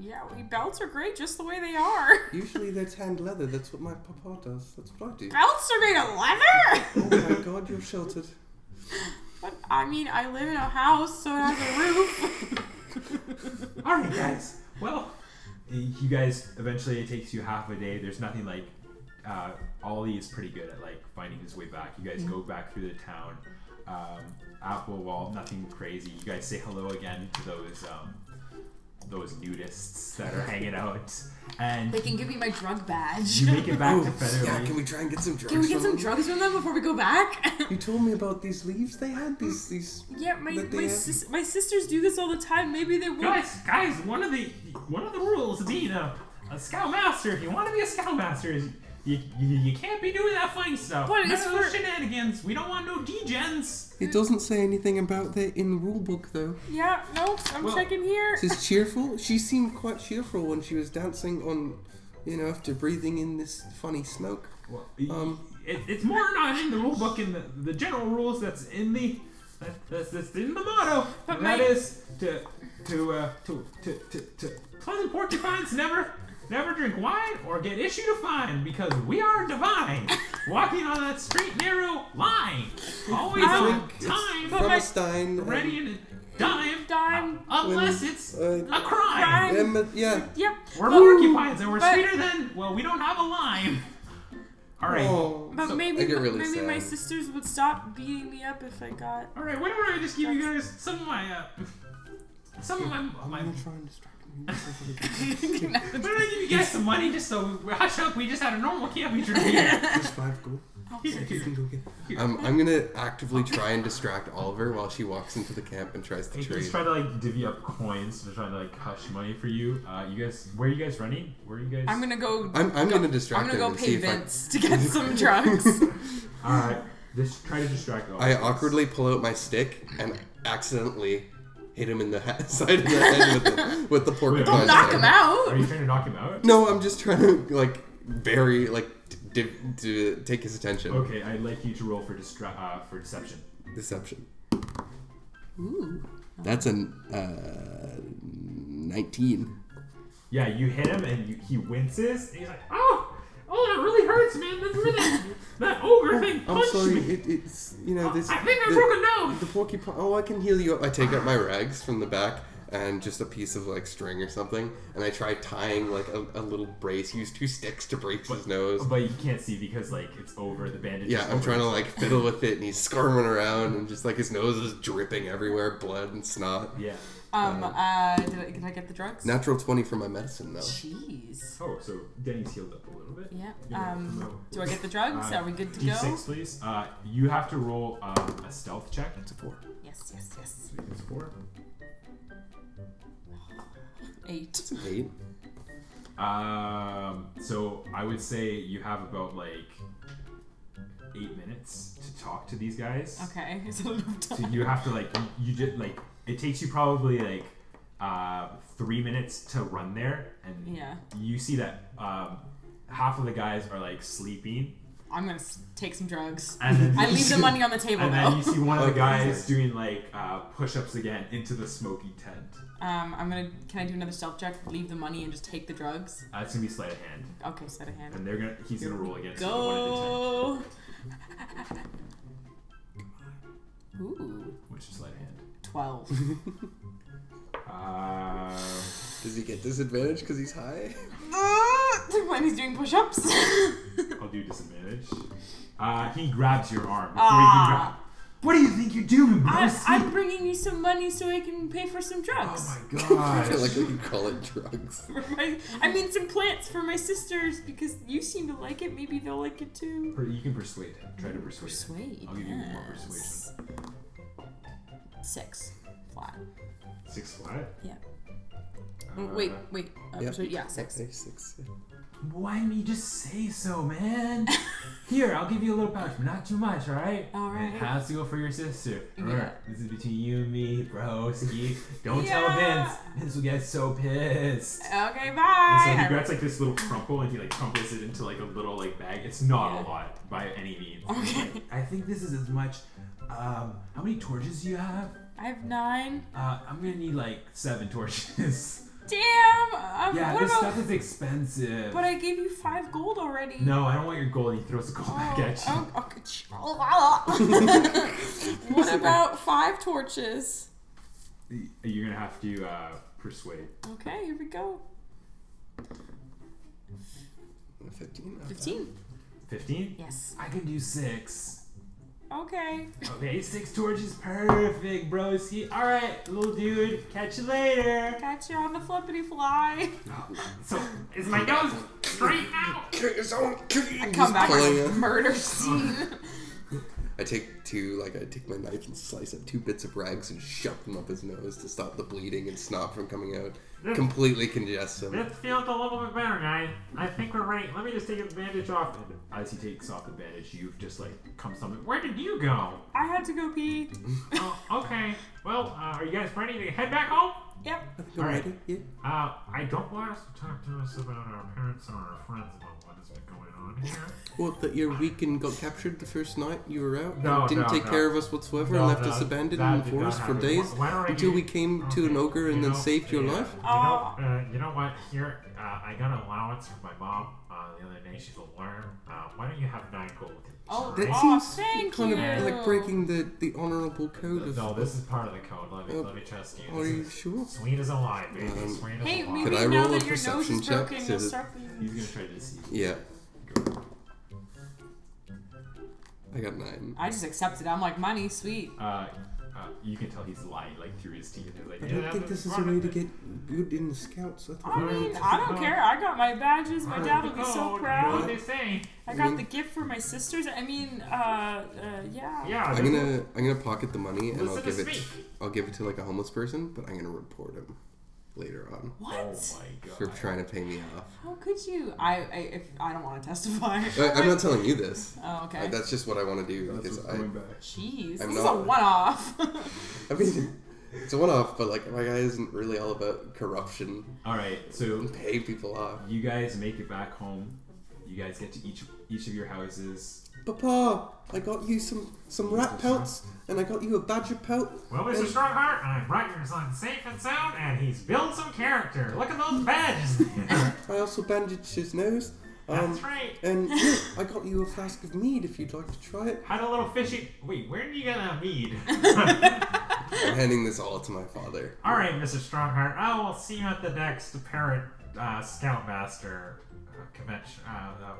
Speaker 4: Yeah, well, belts are great just the way they are.
Speaker 3: Usually they're tanned leather. That's what my papa does. That's what I do.
Speaker 5: Ah.
Speaker 4: Belts are made of leather.
Speaker 3: Oh my god, you're sheltered.
Speaker 4: But I mean, I live in a house, so it has a roof.
Speaker 6: all right, guys. Well, you guys eventually it takes you half a day. There's nothing like uh, Ollie is pretty good at like finding his way back. You guys go back through the town, um, Applewall, nothing crazy. You guys say hello again to those um, those nudists that are hanging out, and
Speaker 5: they can give me my drug badge.
Speaker 6: you make it back to
Speaker 3: Oh, yeah,
Speaker 6: Featherway.
Speaker 3: can we try and get some drugs?
Speaker 5: Can we get
Speaker 3: from
Speaker 5: some
Speaker 3: him?
Speaker 5: drugs from them before we go back?
Speaker 3: You told me about these leaves they had. These these.
Speaker 5: Mm.
Speaker 4: yeah, my
Speaker 3: But
Speaker 4: my,
Speaker 3: they- uh,
Speaker 4: sis- my sisters do this all the time. Maybe they won't.
Speaker 6: guys, guys, one of the one of the rules of being a, a scout master, if you want to be a scout master, is you, you, you can't be doing that fun stuff.
Speaker 5: But
Speaker 6: None
Speaker 5: it's
Speaker 6: of those
Speaker 5: for-
Speaker 6: shenanigans. We don't want no degens.
Speaker 3: It doesn't say anything about that in the rule book though.
Speaker 4: Yeah, no, I'm
Speaker 6: Well-
Speaker 4: checking here.
Speaker 3: It says cheerful. She seemed quite cheerful when she was dancing on, you know, after breathing in this funny smoke.
Speaker 6: Well, y-
Speaker 3: Um,
Speaker 6: it, it's more not in the rule book and the, the general rules that's in the that, that's, that's in the motto. and that
Speaker 4: my-
Speaker 6: is to to uh, to, to to to pleasant porcupines never never drink wine or get issued a fine because we are divine. Walking on that straight narrow line, always
Speaker 4: Um,
Speaker 6: on time,
Speaker 3: From a Stein. um,
Speaker 6: ready and a dime,
Speaker 4: Dime.
Speaker 6: Oh, unless it's
Speaker 3: uh,
Speaker 6: a crime.
Speaker 4: Crime.
Speaker 3: um, yeah.
Speaker 4: Yep.
Speaker 6: We're
Speaker 4: But-
Speaker 6: porcupines and we're
Speaker 4: but-
Speaker 6: sweeter than well, we don't have a lime. All right.
Speaker 3: Oh.
Speaker 4: But maybe
Speaker 3: I get really
Speaker 4: maybe my
Speaker 3: sad.
Speaker 4: sisters would stop beating me up if I got.
Speaker 6: All right, why don't I just give you guys some of my, uh, some of my,
Speaker 3: I'm
Speaker 6: my
Speaker 3: gonna try and distract him.
Speaker 6: why don't I give you guys some money just so we hush up? We just had a normal camping trip here. Oh,
Speaker 3: There's five gold.
Speaker 6: Here,
Speaker 3: You
Speaker 6: here.
Speaker 3: can go get. Um, I'm gonna actively try and distract Oliver while she walks into the camp and tries to trade.
Speaker 6: He's trying to like divvy up coins to try to like hush money for you. Uh, you guys, where are you guys running? Where are you guys?
Speaker 5: I'm gonna go.
Speaker 3: I'm, I'm gonna distract
Speaker 5: I'm gonna
Speaker 3: him
Speaker 5: go
Speaker 3: and
Speaker 5: pay
Speaker 3: see if I
Speaker 5: Vince to get some drugs.
Speaker 6: All right, just Uh, try to distract. all
Speaker 3: I
Speaker 6: of us.
Speaker 3: awkwardly pull out my stick and accidentally hit him in the he- side of the head with the, with the porcupine.
Speaker 6: Don't
Speaker 5: Knock
Speaker 3: stick.
Speaker 5: him
Speaker 6: Are
Speaker 5: out.
Speaker 6: you trying to knock him out?
Speaker 3: No, I'm just trying to like very like to take his attention.
Speaker 6: Okay, I'd like you to roll for distra- uh, for deception.
Speaker 3: Deception. Ooh, that's an uh, nineteen.
Speaker 6: Yeah, you hit him and you, he winces. And he's like, oh, oh, that really hurts, man. That's where that that ogre thing
Speaker 3: I'm
Speaker 6: punched
Speaker 3: sorry.
Speaker 6: me.
Speaker 3: It, it's you know this.
Speaker 6: I think I
Speaker 3: the-
Speaker 6: broke a nose.
Speaker 3: The porcupine. Oh, I can heal you up. I take out my rags from the back and just a piece of like string or something, and I try tying like a, a little brace. Use two sticks to brace his nose.
Speaker 6: But you can't see because like it's over. The bandage.
Speaker 3: Yeah,
Speaker 6: is
Speaker 3: I'm
Speaker 6: over.
Speaker 3: trying to like fiddle with it, and he's squirming around, and just like his nose is dripping everywhere, blood and snot.
Speaker 6: Yeah.
Speaker 5: Um. Uh. Did I, can I get the drugs?
Speaker 3: Natural twenty for my medicine though.
Speaker 5: Jeez.
Speaker 6: Oh, so Denny's healed up a little bit.
Speaker 5: Yeah.
Speaker 6: Yeah,
Speaker 5: Um.
Speaker 6: promote.
Speaker 5: Do I get the drugs?
Speaker 6: Uh,
Speaker 5: Are we good to
Speaker 6: D6,
Speaker 5: go?
Speaker 6: please. Uh, you have to roll um, a stealth check.
Speaker 3: It's a four.
Speaker 5: Yes. Yes. Yes.
Speaker 6: It's four.
Speaker 5: Eight.
Speaker 3: It's an eight.
Speaker 6: Um, so I would say you have about like eight minutes to talk to these guys.
Speaker 5: Okay. So enough
Speaker 6: So
Speaker 5: time.
Speaker 6: you have to like you- you did like it takes you probably like uh, three minutes to run there, and
Speaker 5: Yeah.
Speaker 6: you see that um, half of the guys are like sleeping,
Speaker 5: I'm gonna s- take some drugs.
Speaker 6: and then
Speaker 5: I leave the money on the table
Speaker 6: and then
Speaker 5: though.
Speaker 6: you see one of the
Speaker 3: Okay.
Speaker 6: guys doing like uh, push-ups again into the smoky tent.
Speaker 5: Um. I'm gonna. Can I do another stealth check? Leave the money and just take the drugs.
Speaker 6: Uh, it's gonna be sleight of hand,
Speaker 5: Okay. Set a hand.
Speaker 6: and they're gonna he's gonna roll against the one at a tent,
Speaker 5: Go. Ooh.
Speaker 6: which is sleight of hand.
Speaker 5: Twelve.
Speaker 6: Uh,
Speaker 3: Does he get disadvantage because he's high?
Speaker 5: when he's doing push-ups.
Speaker 6: I'll do disadvantage. Uh, he grabs your arm before he can grab.
Speaker 5: Ah.
Speaker 6: What do you think you're doing, bro?
Speaker 5: I,
Speaker 6: Sleep-
Speaker 5: I'm bringing you some money so I can pay for some drugs.
Speaker 6: oh my god!
Speaker 3: I like that you call it drugs.
Speaker 5: for my, I mean, some plants for my sisters because you seem to like it. Maybe they'll like it too.
Speaker 6: Per- You can persuade him. Try to persuade. him.
Speaker 5: Persuade.
Speaker 6: I'll give you more
Speaker 5: yes.
Speaker 6: persuasion. Uh,
Speaker 5: Six. Flat.
Speaker 6: Six flat.
Speaker 5: Yeah.
Speaker 6: Uh,
Speaker 5: wait, wait. Uh,
Speaker 3: Yeah.
Speaker 5: Persuade. Yeah, six.
Speaker 3: Okay, six. yeah.
Speaker 2: Why didn't you just say so, man? Here, I'll give you a little pouch, but not too much, all right?
Speaker 5: All
Speaker 2: And
Speaker 5: right.
Speaker 2: it has to go for your sister.
Speaker 5: Yeah.
Speaker 2: This is between you and me, bro. Ski. Don't
Speaker 5: Yeah.
Speaker 2: tell Vince. Vince will get so pissed.
Speaker 5: Okay,
Speaker 6: And so he
Speaker 5: bye.
Speaker 6: grabs like this little crumple and he like crumples it into like a little like bag. It's not a lot by any means. It's
Speaker 5: Okay.
Speaker 6: like-
Speaker 2: I think this is as much. Um, how many torches do you have?
Speaker 5: I have nine.
Speaker 2: Uh, I'm gonna need like seven torches.
Speaker 5: Damn. Um,
Speaker 2: yeah,
Speaker 5: what
Speaker 2: this
Speaker 5: about?
Speaker 2: stuff is expensive.
Speaker 5: But I gave you five gold already.
Speaker 6: no, I don't want your gold. He throws the gold back at you.
Speaker 5: Oh, okay. what about?
Speaker 4: About five torches.
Speaker 6: You're gonna have to uh, persuade.
Speaker 5: Okay, here we go.
Speaker 3: Fifteen. okay.
Speaker 5: Fifteen.
Speaker 6: Fifteen.
Speaker 5: Yes.
Speaker 2: I can do six.
Speaker 5: Okay.
Speaker 2: Okay, six torches, perfect, broski. All right, little dude, catch you later.
Speaker 5: Got you on the flippity fly.
Speaker 6: So is my nose straight now?
Speaker 3: Kill yourself, kill you.
Speaker 5: Come
Speaker 3: Just
Speaker 5: back
Speaker 3: pulling
Speaker 5: with a
Speaker 3: him.
Speaker 5: murder scene.
Speaker 3: I take two, like I take my knife and slice up two bits of rags and shove them up his nose to stop the bleeding and snot from coming out. Completely congest him.
Speaker 6: This feels a little bit better, guys. I think we're right. Let me just take the bandage off. And as he takes off the bandage, you've just like come something. Where did you go?
Speaker 5: I had to go pee.
Speaker 6: oh, okay. Well, uh, are you guys ready to head back home?
Speaker 5: Yep.
Speaker 3: All
Speaker 6: right.
Speaker 3: Yeah.
Speaker 6: Uh, I don't want us to talk to us about our parents or our friends about what has been going on here.
Speaker 3: Well, that your weekend got captured the first night you were out.
Speaker 6: No,
Speaker 3: and didn't
Speaker 6: no,
Speaker 3: take
Speaker 6: no.
Speaker 3: care of us whatsoever
Speaker 6: No,
Speaker 3: and left
Speaker 6: no,
Speaker 3: us abandoned
Speaker 6: that
Speaker 3: in the
Speaker 6: did not
Speaker 3: forest for
Speaker 6: happen.
Speaker 3: days
Speaker 6: Why don't I
Speaker 3: until
Speaker 6: give-
Speaker 3: we came to
Speaker 6: okay,
Speaker 3: an ogre and
Speaker 6: you
Speaker 3: then
Speaker 6: know,
Speaker 3: saved your
Speaker 6: yeah.
Speaker 3: life. Oh.
Speaker 6: You know, uh, you know what? Here, uh, I got an allowance from my mom uh, the other day. She's a worm. Uh, why don't you have nine gold?
Speaker 5: Oh,
Speaker 6: Sorry.
Speaker 3: That
Speaker 5: Aw,
Speaker 3: seems
Speaker 5: thank
Speaker 3: kind of
Speaker 5: you.
Speaker 3: like breaking the, the honorable code of.
Speaker 6: No, this is part of the code. Let me,
Speaker 3: Oh,
Speaker 6: let me trust you.
Speaker 3: Are
Speaker 6: This
Speaker 3: you
Speaker 6: is-
Speaker 3: sure?
Speaker 6: Sweet as a lie, baby.
Speaker 3: Um,
Speaker 6: Sweet as
Speaker 5: Hey,
Speaker 6: a lie.
Speaker 5: maybe
Speaker 3: I
Speaker 5: now
Speaker 3: roll a
Speaker 5: that your nose
Speaker 3: perception
Speaker 5: is
Speaker 3: check
Speaker 5: broken,
Speaker 3: to-
Speaker 5: you'll start being.
Speaker 6: He's gonna try to deceive you.
Speaker 3: Yeah,
Speaker 6: Go.
Speaker 3: I got nine.
Speaker 5: I just accepted. it. I'm like money, sweet.
Speaker 6: Uh, uh, you can tell he's lying like through his teeth. He's like,
Speaker 3: I
Speaker 6: "Yeah,
Speaker 3: don't think
Speaker 6: that's
Speaker 3: this is a
Speaker 6: part
Speaker 3: way
Speaker 6: of
Speaker 3: to
Speaker 6: it."
Speaker 3: get good in the scouts. I
Speaker 5: I
Speaker 3: thought
Speaker 5: mean, I don't care. I got my badges. My dad will be
Speaker 6: Oh,
Speaker 5: so
Speaker 6: you know what
Speaker 5: proud.
Speaker 6: they say?
Speaker 5: I got the gift for my sisters. I mean, uh, uh yeah.
Speaker 6: Yeah.
Speaker 3: I'm gonna I'm gonna pocket the money and I'll
Speaker 6: Listen to
Speaker 3: give it
Speaker 6: speak.
Speaker 3: I'll give it to like a homeless person, but I'm gonna report him later
Speaker 6: Oh
Speaker 3: on
Speaker 5: What?
Speaker 6: my
Speaker 3: for
Speaker 6: god.
Speaker 3: trying to pay me off.
Speaker 5: How could you? I, I, if, I don't want to testify.
Speaker 3: I, I'm not telling you this.
Speaker 5: Oh,
Speaker 3: I-
Speaker 5: okay.
Speaker 3: that's just what I want to do because I
Speaker 5: Jeez,
Speaker 3: I'm
Speaker 5: this is a
Speaker 3: not-
Speaker 5: one-off.
Speaker 3: I mean it's a one off, but like my guy isn't really all about corruption
Speaker 6: All right, so
Speaker 3: and pay people off.
Speaker 6: you guys make it back home. You guys get to each each of your houses.
Speaker 3: Papa, I got you some some rat pelts and I got you a badger pelt.
Speaker 6: Well, Mr. Strongheart, I brought your son safe and sound, and he's built some character. Look at those badges.
Speaker 3: I also bandaged his nose. Um,
Speaker 6: That's right.
Speaker 3: And yeah, I got you a flask of mead if you'd like to try it.
Speaker 6: Had a little fishy. Wait, where did you get that mead?
Speaker 3: I'm handing this all to my father.
Speaker 6: All right, Mr. Strongheart. I will see you at the next parent uh, scoutmaster uh, convention. Uh, uh,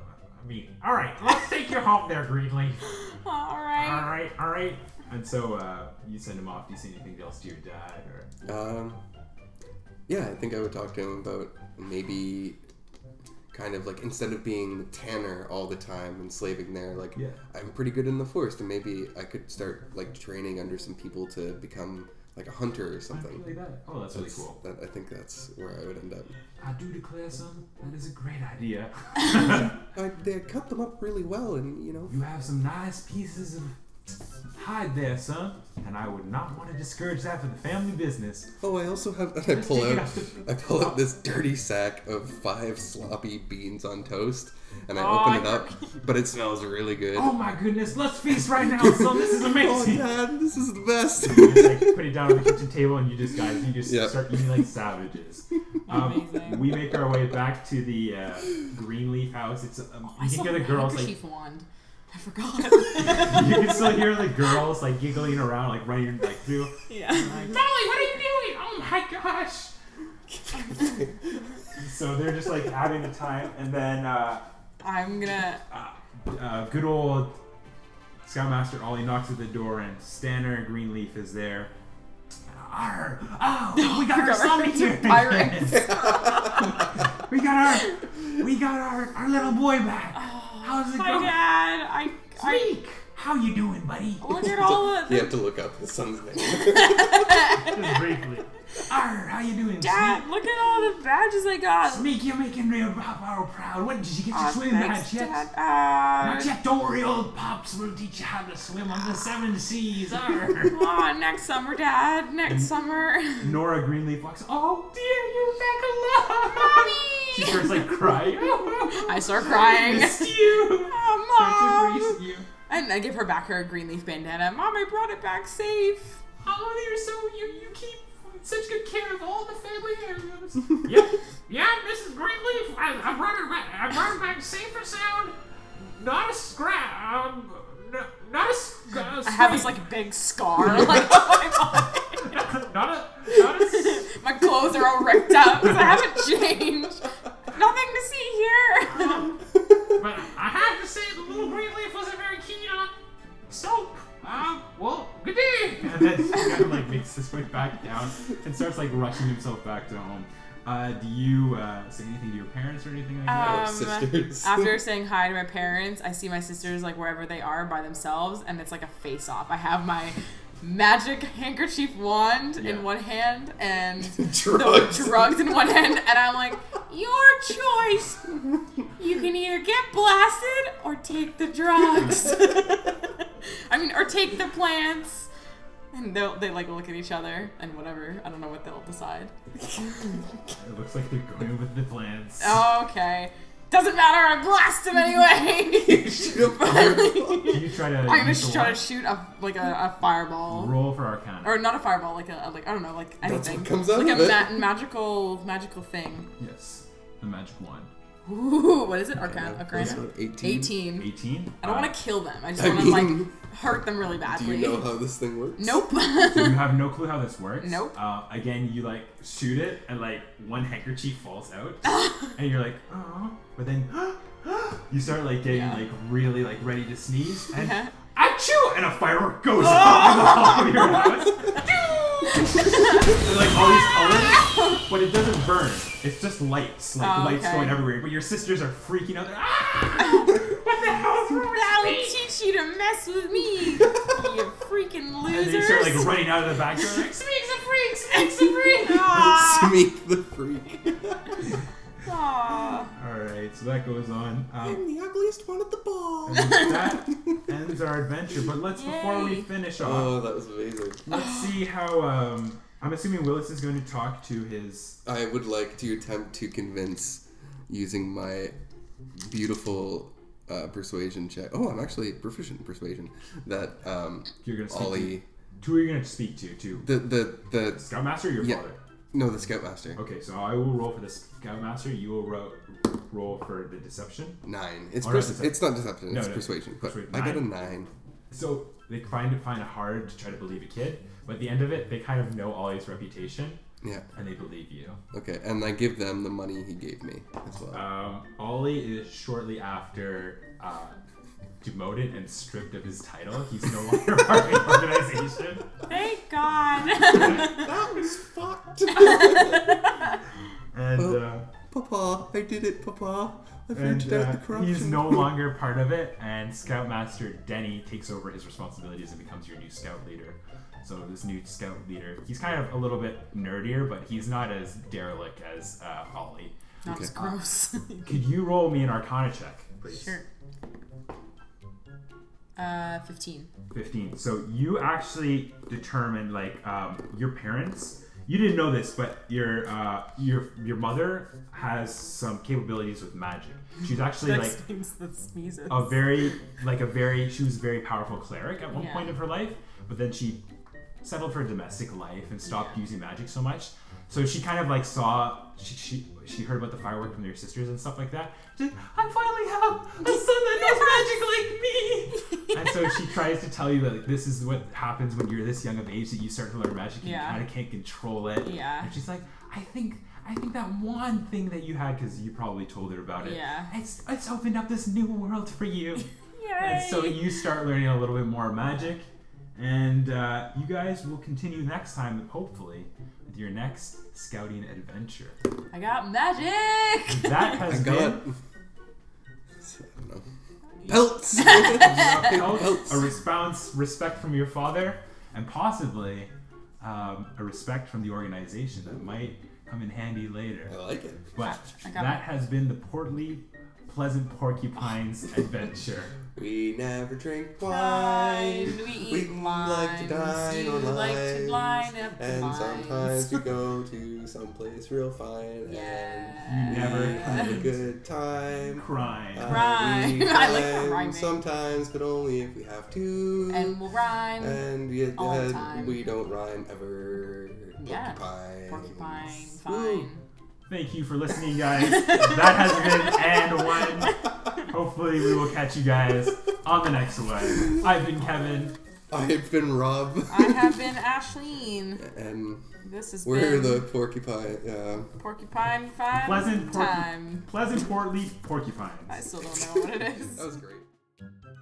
Speaker 6: meeting. All right, let's take you home there, Greenleaf.
Speaker 5: All
Speaker 6: All
Speaker 5: right.
Speaker 6: right, all right. And so uh, you send him off. Do you see anything else to your dad? Or
Speaker 3: Um, yeah, I think I would talk to him about maybe kind of like instead of being the tanner all the time and slaving there, like
Speaker 6: Yeah.
Speaker 3: I'm pretty good in the forest, and maybe I could start like training under some people to become like a hunter or something.
Speaker 6: like that? Oh, that's really cool.
Speaker 3: That, I think that's where I would end up.
Speaker 6: I do declare, son, that is a great idea.
Speaker 3: I, they cut them up really well, and you know,
Speaker 6: You have some nice pieces of hide there, son, and I would not want to discourage that for the family business.
Speaker 3: Oh, I also have. And I
Speaker 6: Just
Speaker 3: pull
Speaker 6: take it
Speaker 3: out.
Speaker 6: off the-
Speaker 3: I pull out this dirty sack of five sloppy beans on toast, and I
Speaker 5: Oh,
Speaker 3: open it
Speaker 5: I
Speaker 3: up. But it smells really good.
Speaker 6: Oh my goodness, let's feast right now, son. This is
Speaker 3: Oh,
Speaker 6: amazing.
Speaker 3: Dad, this is the best.
Speaker 6: just Oh, like put it down on the kitchen table and you just guys you just
Speaker 3: Yep.
Speaker 6: start eating like savages. Um,
Speaker 5: Amazing.
Speaker 6: we make our way back to the uh, Greenleaf house. It's um,
Speaker 5: I
Speaker 6: you can
Speaker 5: still
Speaker 6: hear the
Speaker 5: have
Speaker 6: girls
Speaker 5: my
Speaker 6: like
Speaker 5: handkerchief wand. I forgot.
Speaker 6: you can still hear the girls like giggling around like running like through.
Speaker 5: yeah.
Speaker 6: Dolly, what are you doing? Oh my gosh! so they're just like having the time, and then uh,
Speaker 5: I'm gonna.
Speaker 6: uh, good old Scoutmaster Ollie knocks at the door, and Stanner Greenleaf is there. Arr! Oh, we got our zombie here!
Speaker 5: Pirates.
Speaker 6: we got our, we got our, our little boy back. How's it
Speaker 4: Hi,
Speaker 6: going?
Speaker 4: Dad. I, I
Speaker 6: Zeke, how you doing, buddy?
Speaker 4: look at
Speaker 6: "Oh,
Speaker 4: all the.
Speaker 3: You
Speaker 4: the
Speaker 3: have to look up his son's name.
Speaker 6: Just briefly. Arr, how you doing,
Speaker 4: Dad, look at all the badges I got.
Speaker 6: Sneak, you're making real Papa proud. When did you get your
Speaker 4: Aw,
Speaker 6: swim
Speaker 4: thanks,
Speaker 6: badge yet?
Speaker 4: Dad.
Speaker 6: Not
Speaker 4: Uh,
Speaker 6: yet. Don't worry, old Pops will teach you how to swim on the seven seas. Arr.
Speaker 4: come on, next summer, Dad. Next summer.
Speaker 6: Nora Greenleaf walks. Oh dear, you're back alive, mommy. She starts like crying.
Speaker 5: I start crying.
Speaker 6: Missed you.
Speaker 4: Oh,
Speaker 6: Starts
Speaker 4: Mom.
Speaker 6: to embrace you.
Speaker 5: And I give her back her green leaf bandana.
Speaker 4: Mom, I brought it back safe.
Speaker 6: Oh, you're so you you keep such good care of all the family heirlooms. yeah, yeah, Mrs. Greenleaf, I, I brought her back. I brought her back safe and sound. Not a scrap. Um, no, not a. sc- Uh,
Speaker 5: I have this
Speaker 6: scrape.
Speaker 5: like big scar like on my body.
Speaker 6: not a not a. s-
Speaker 5: My clothes are all ripped up 'cause I haven't changed.
Speaker 4: Nothing to see here.
Speaker 6: But I have to say, the little green leaf wasn't very keen on soap. Um, well, good day. And then he kind of like makes his way back down and starts like rushing himself back to home. Uh, do you uh, say anything to your parents or anything like that?
Speaker 5: Um,
Speaker 3: Sisters.
Speaker 5: After saying hi to my parents, I see my sisters like wherever they are by themselves, and it's like a face off. I have my magic handkerchief wand
Speaker 6: Yeah.
Speaker 5: in one hand and
Speaker 3: Drugs.
Speaker 5: the drugs in one hand, and I'm like, your choice.
Speaker 4: You can either get blasted or take the drugs.
Speaker 5: I mean, or take the plants. And they'll, they like look at each other and whatever. I don't know what they'll decide. Uh,
Speaker 6: It looks like they're going with the plans.
Speaker 5: Okay. Doesn't matter, I blast him anyway!
Speaker 3: Shoot a fireball.
Speaker 6: Do you try to?
Speaker 5: I'm gonna
Speaker 6: use the
Speaker 5: sh- try to
Speaker 6: light?
Speaker 5: shoot a like a, a fireball.
Speaker 6: roll for Arcana.
Speaker 5: Or not a fireball, like a like I don't know, like anything.
Speaker 3: what comes out
Speaker 5: like
Speaker 3: of
Speaker 5: a
Speaker 3: it.
Speaker 5: ma- magical magical thing.
Speaker 6: yes, the magic wand.
Speaker 5: Ooh, what is it? Arcana.
Speaker 3: That's
Speaker 5: Arcana.
Speaker 3: what, 18?
Speaker 5: 18.
Speaker 6: Eighteen.
Speaker 5: I don't want to kill them. I just
Speaker 3: I
Speaker 5: want to
Speaker 3: mean,
Speaker 5: like hurt them really
Speaker 3: Do
Speaker 5: badly.
Speaker 3: you know how this thing works?
Speaker 5: nope.
Speaker 6: So you have no clue how this works.
Speaker 5: Nope.
Speaker 6: Uh, again, you like shoot it, and like one handkerchief falls out, and you're like, oh. But then you start like getting
Speaker 5: Yeah.
Speaker 6: like really like ready to sneeze, and
Speaker 5: Yeah. Oh.
Speaker 6: achoo, and a firework goes off in the hall of your house. And, like all these colors, but it doesn't burn. It's just lights, like
Speaker 5: Oh,
Speaker 6: lights
Speaker 5: okay.
Speaker 6: going everywhere. But your sisters are freaking out. They're, ah! What the hell is wrong with
Speaker 4: I'll
Speaker 6: me?"
Speaker 4: teach you to mess with me, you freaking
Speaker 6: And they
Speaker 4: losers.
Speaker 6: start like running out of the back door. Like,
Speaker 4: Smeek's a freak, Smeek's a freak. Aw,
Speaker 3: Smeek the freak.
Speaker 4: aw.
Speaker 6: all right, so that goes on. Um,
Speaker 3: I'm the ugliest one at the ball.
Speaker 6: And that ends our adventure. But let's before we
Speaker 5: Yay.
Speaker 6: finish
Speaker 3: Oh,
Speaker 6: off,
Speaker 3: that was amazing.
Speaker 6: let's see how. Um, I'm assuming Willis is going to talk to his.
Speaker 3: I would like to attempt to convince using my beautiful uh, persuasion check. Oh, I'm actually proficient in persuasion. That um,
Speaker 6: You're going to speak
Speaker 3: Ollie,
Speaker 6: to. Who are you going to speak to? To
Speaker 3: the the the
Speaker 6: Scoutmaster or your
Speaker 3: Yeah.
Speaker 6: father?
Speaker 3: no, the scoutmaster
Speaker 6: Okay, so I will roll for the Scoutmaster. You will ro- roll for the deception.
Speaker 3: nine. It's
Speaker 6: Oh,
Speaker 3: pers-
Speaker 6: no, it's a-
Speaker 3: it's not deception.
Speaker 6: No,
Speaker 3: It's
Speaker 6: no,
Speaker 3: persuasion. But
Speaker 6: persuade-
Speaker 3: I got a
Speaker 6: nine.
Speaker 3: nine.
Speaker 6: So they find it find it hard to try to believe a kid, but at the end of it, they kind of know Ollie's reputation
Speaker 3: Yeah.
Speaker 6: and they believe you.
Speaker 3: Okay, and I give them the money he gave me as well.
Speaker 6: Um, Ollie is shortly after uh, demoted and stripped of his title. He's no longer part of the organization.
Speaker 4: Thank God.
Speaker 3: that was fucked.
Speaker 6: And, uh,
Speaker 3: Papa, I did it, Papa. I
Speaker 6: and
Speaker 3: figured out the
Speaker 6: uh,
Speaker 3: corruption.
Speaker 6: he's no longer part of it. And Scoutmaster Denny takes over his responsibilities and becomes your new scout leader. So this new scout leader, he's kind of a little bit nerdier, but he's not as derelict as uh, Ollie.
Speaker 5: Not as gross.
Speaker 6: Could you roll me an Arcana check, please?
Speaker 5: sure. Uh, 15.
Speaker 6: 15 so you actually determined like um, your parents you didn't know this but your uh, your your mother has some capabilities with magic she's actually like
Speaker 5: explains the sneezes.
Speaker 6: a very like a very she was a very powerful cleric at one
Speaker 5: Yeah.
Speaker 6: point of her life but then she settled for a domestic life and stopped using magic so much so she kind of like saw she, she she heard about the firework from their sisters and stuff like that She's like, i finally have a son that knows magic like me and so she tries to tell you that like, this is what happens when you're this young of age that you start to learn magic and
Speaker 5: Yeah.
Speaker 6: you kind of can't control it
Speaker 5: Yeah.
Speaker 6: and she's like i think I think that one thing that you had, because you probably told her about it,
Speaker 5: Yeah.
Speaker 6: it's, it's opened up this new world for you. and so
Speaker 5: Yay.
Speaker 6: you start learning a little bit more magic. And uh, you guys will continue next time, hopefully, with your next scouting adventure.
Speaker 5: I got magic.
Speaker 6: That has
Speaker 3: I got.
Speaker 6: been
Speaker 3: I don't know. Pelts!
Speaker 6: both a response, respect from your father, and possibly um, a respect from the organization that might come in handy later.
Speaker 3: I like it.
Speaker 6: But
Speaker 5: I got-
Speaker 6: that has been the Portly Pleasant Porcupine's adventure.
Speaker 3: We never drink wine.
Speaker 5: Wine. We eat
Speaker 3: We like to
Speaker 5: limes.
Speaker 3: dine
Speaker 5: You
Speaker 3: on
Speaker 5: like to
Speaker 3: limes.
Speaker 5: line up
Speaker 3: and
Speaker 5: limes.
Speaker 3: sometimes we go to someplace real fine
Speaker 5: Yeah.
Speaker 6: You never
Speaker 3: and have a
Speaker 6: committed
Speaker 3: good time.
Speaker 6: crime.
Speaker 3: Uh,
Speaker 5: Rhyme.
Speaker 3: we
Speaker 5: I like
Speaker 3: climb
Speaker 5: rhyming.
Speaker 3: Sometimes, but only if we have to.
Speaker 5: And we'll rhyme.
Speaker 3: And we,
Speaker 5: all the
Speaker 3: uh,
Speaker 5: time.
Speaker 3: we don't rhyme ever.
Speaker 5: Yeah.
Speaker 3: Porcupine.
Speaker 5: Porcupine,
Speaker 3: Woo.
Speaker 5: fine.
Speaker 6: Thank you for listening, guys. that has been and one. Hopefully, we will catch you guys on the next one. I've been Kevin.
Speaker 3: I've been Rob,
Speaker 5: I have been Ashleen.
Speaker 3: and
Speaker 5: This has
Speaker 3: we're
Speaker 5: been
Speaker 3: the porcupine. Uh,
Speaker 5: Porcupine Fun
Speaker 6: Pleasant porcu-
Speaker 5: Time.
Speaker 6: Pleasant Portly Porcupines.
Speaker 5: I still don't know what it is.
Speaker 3: that was great.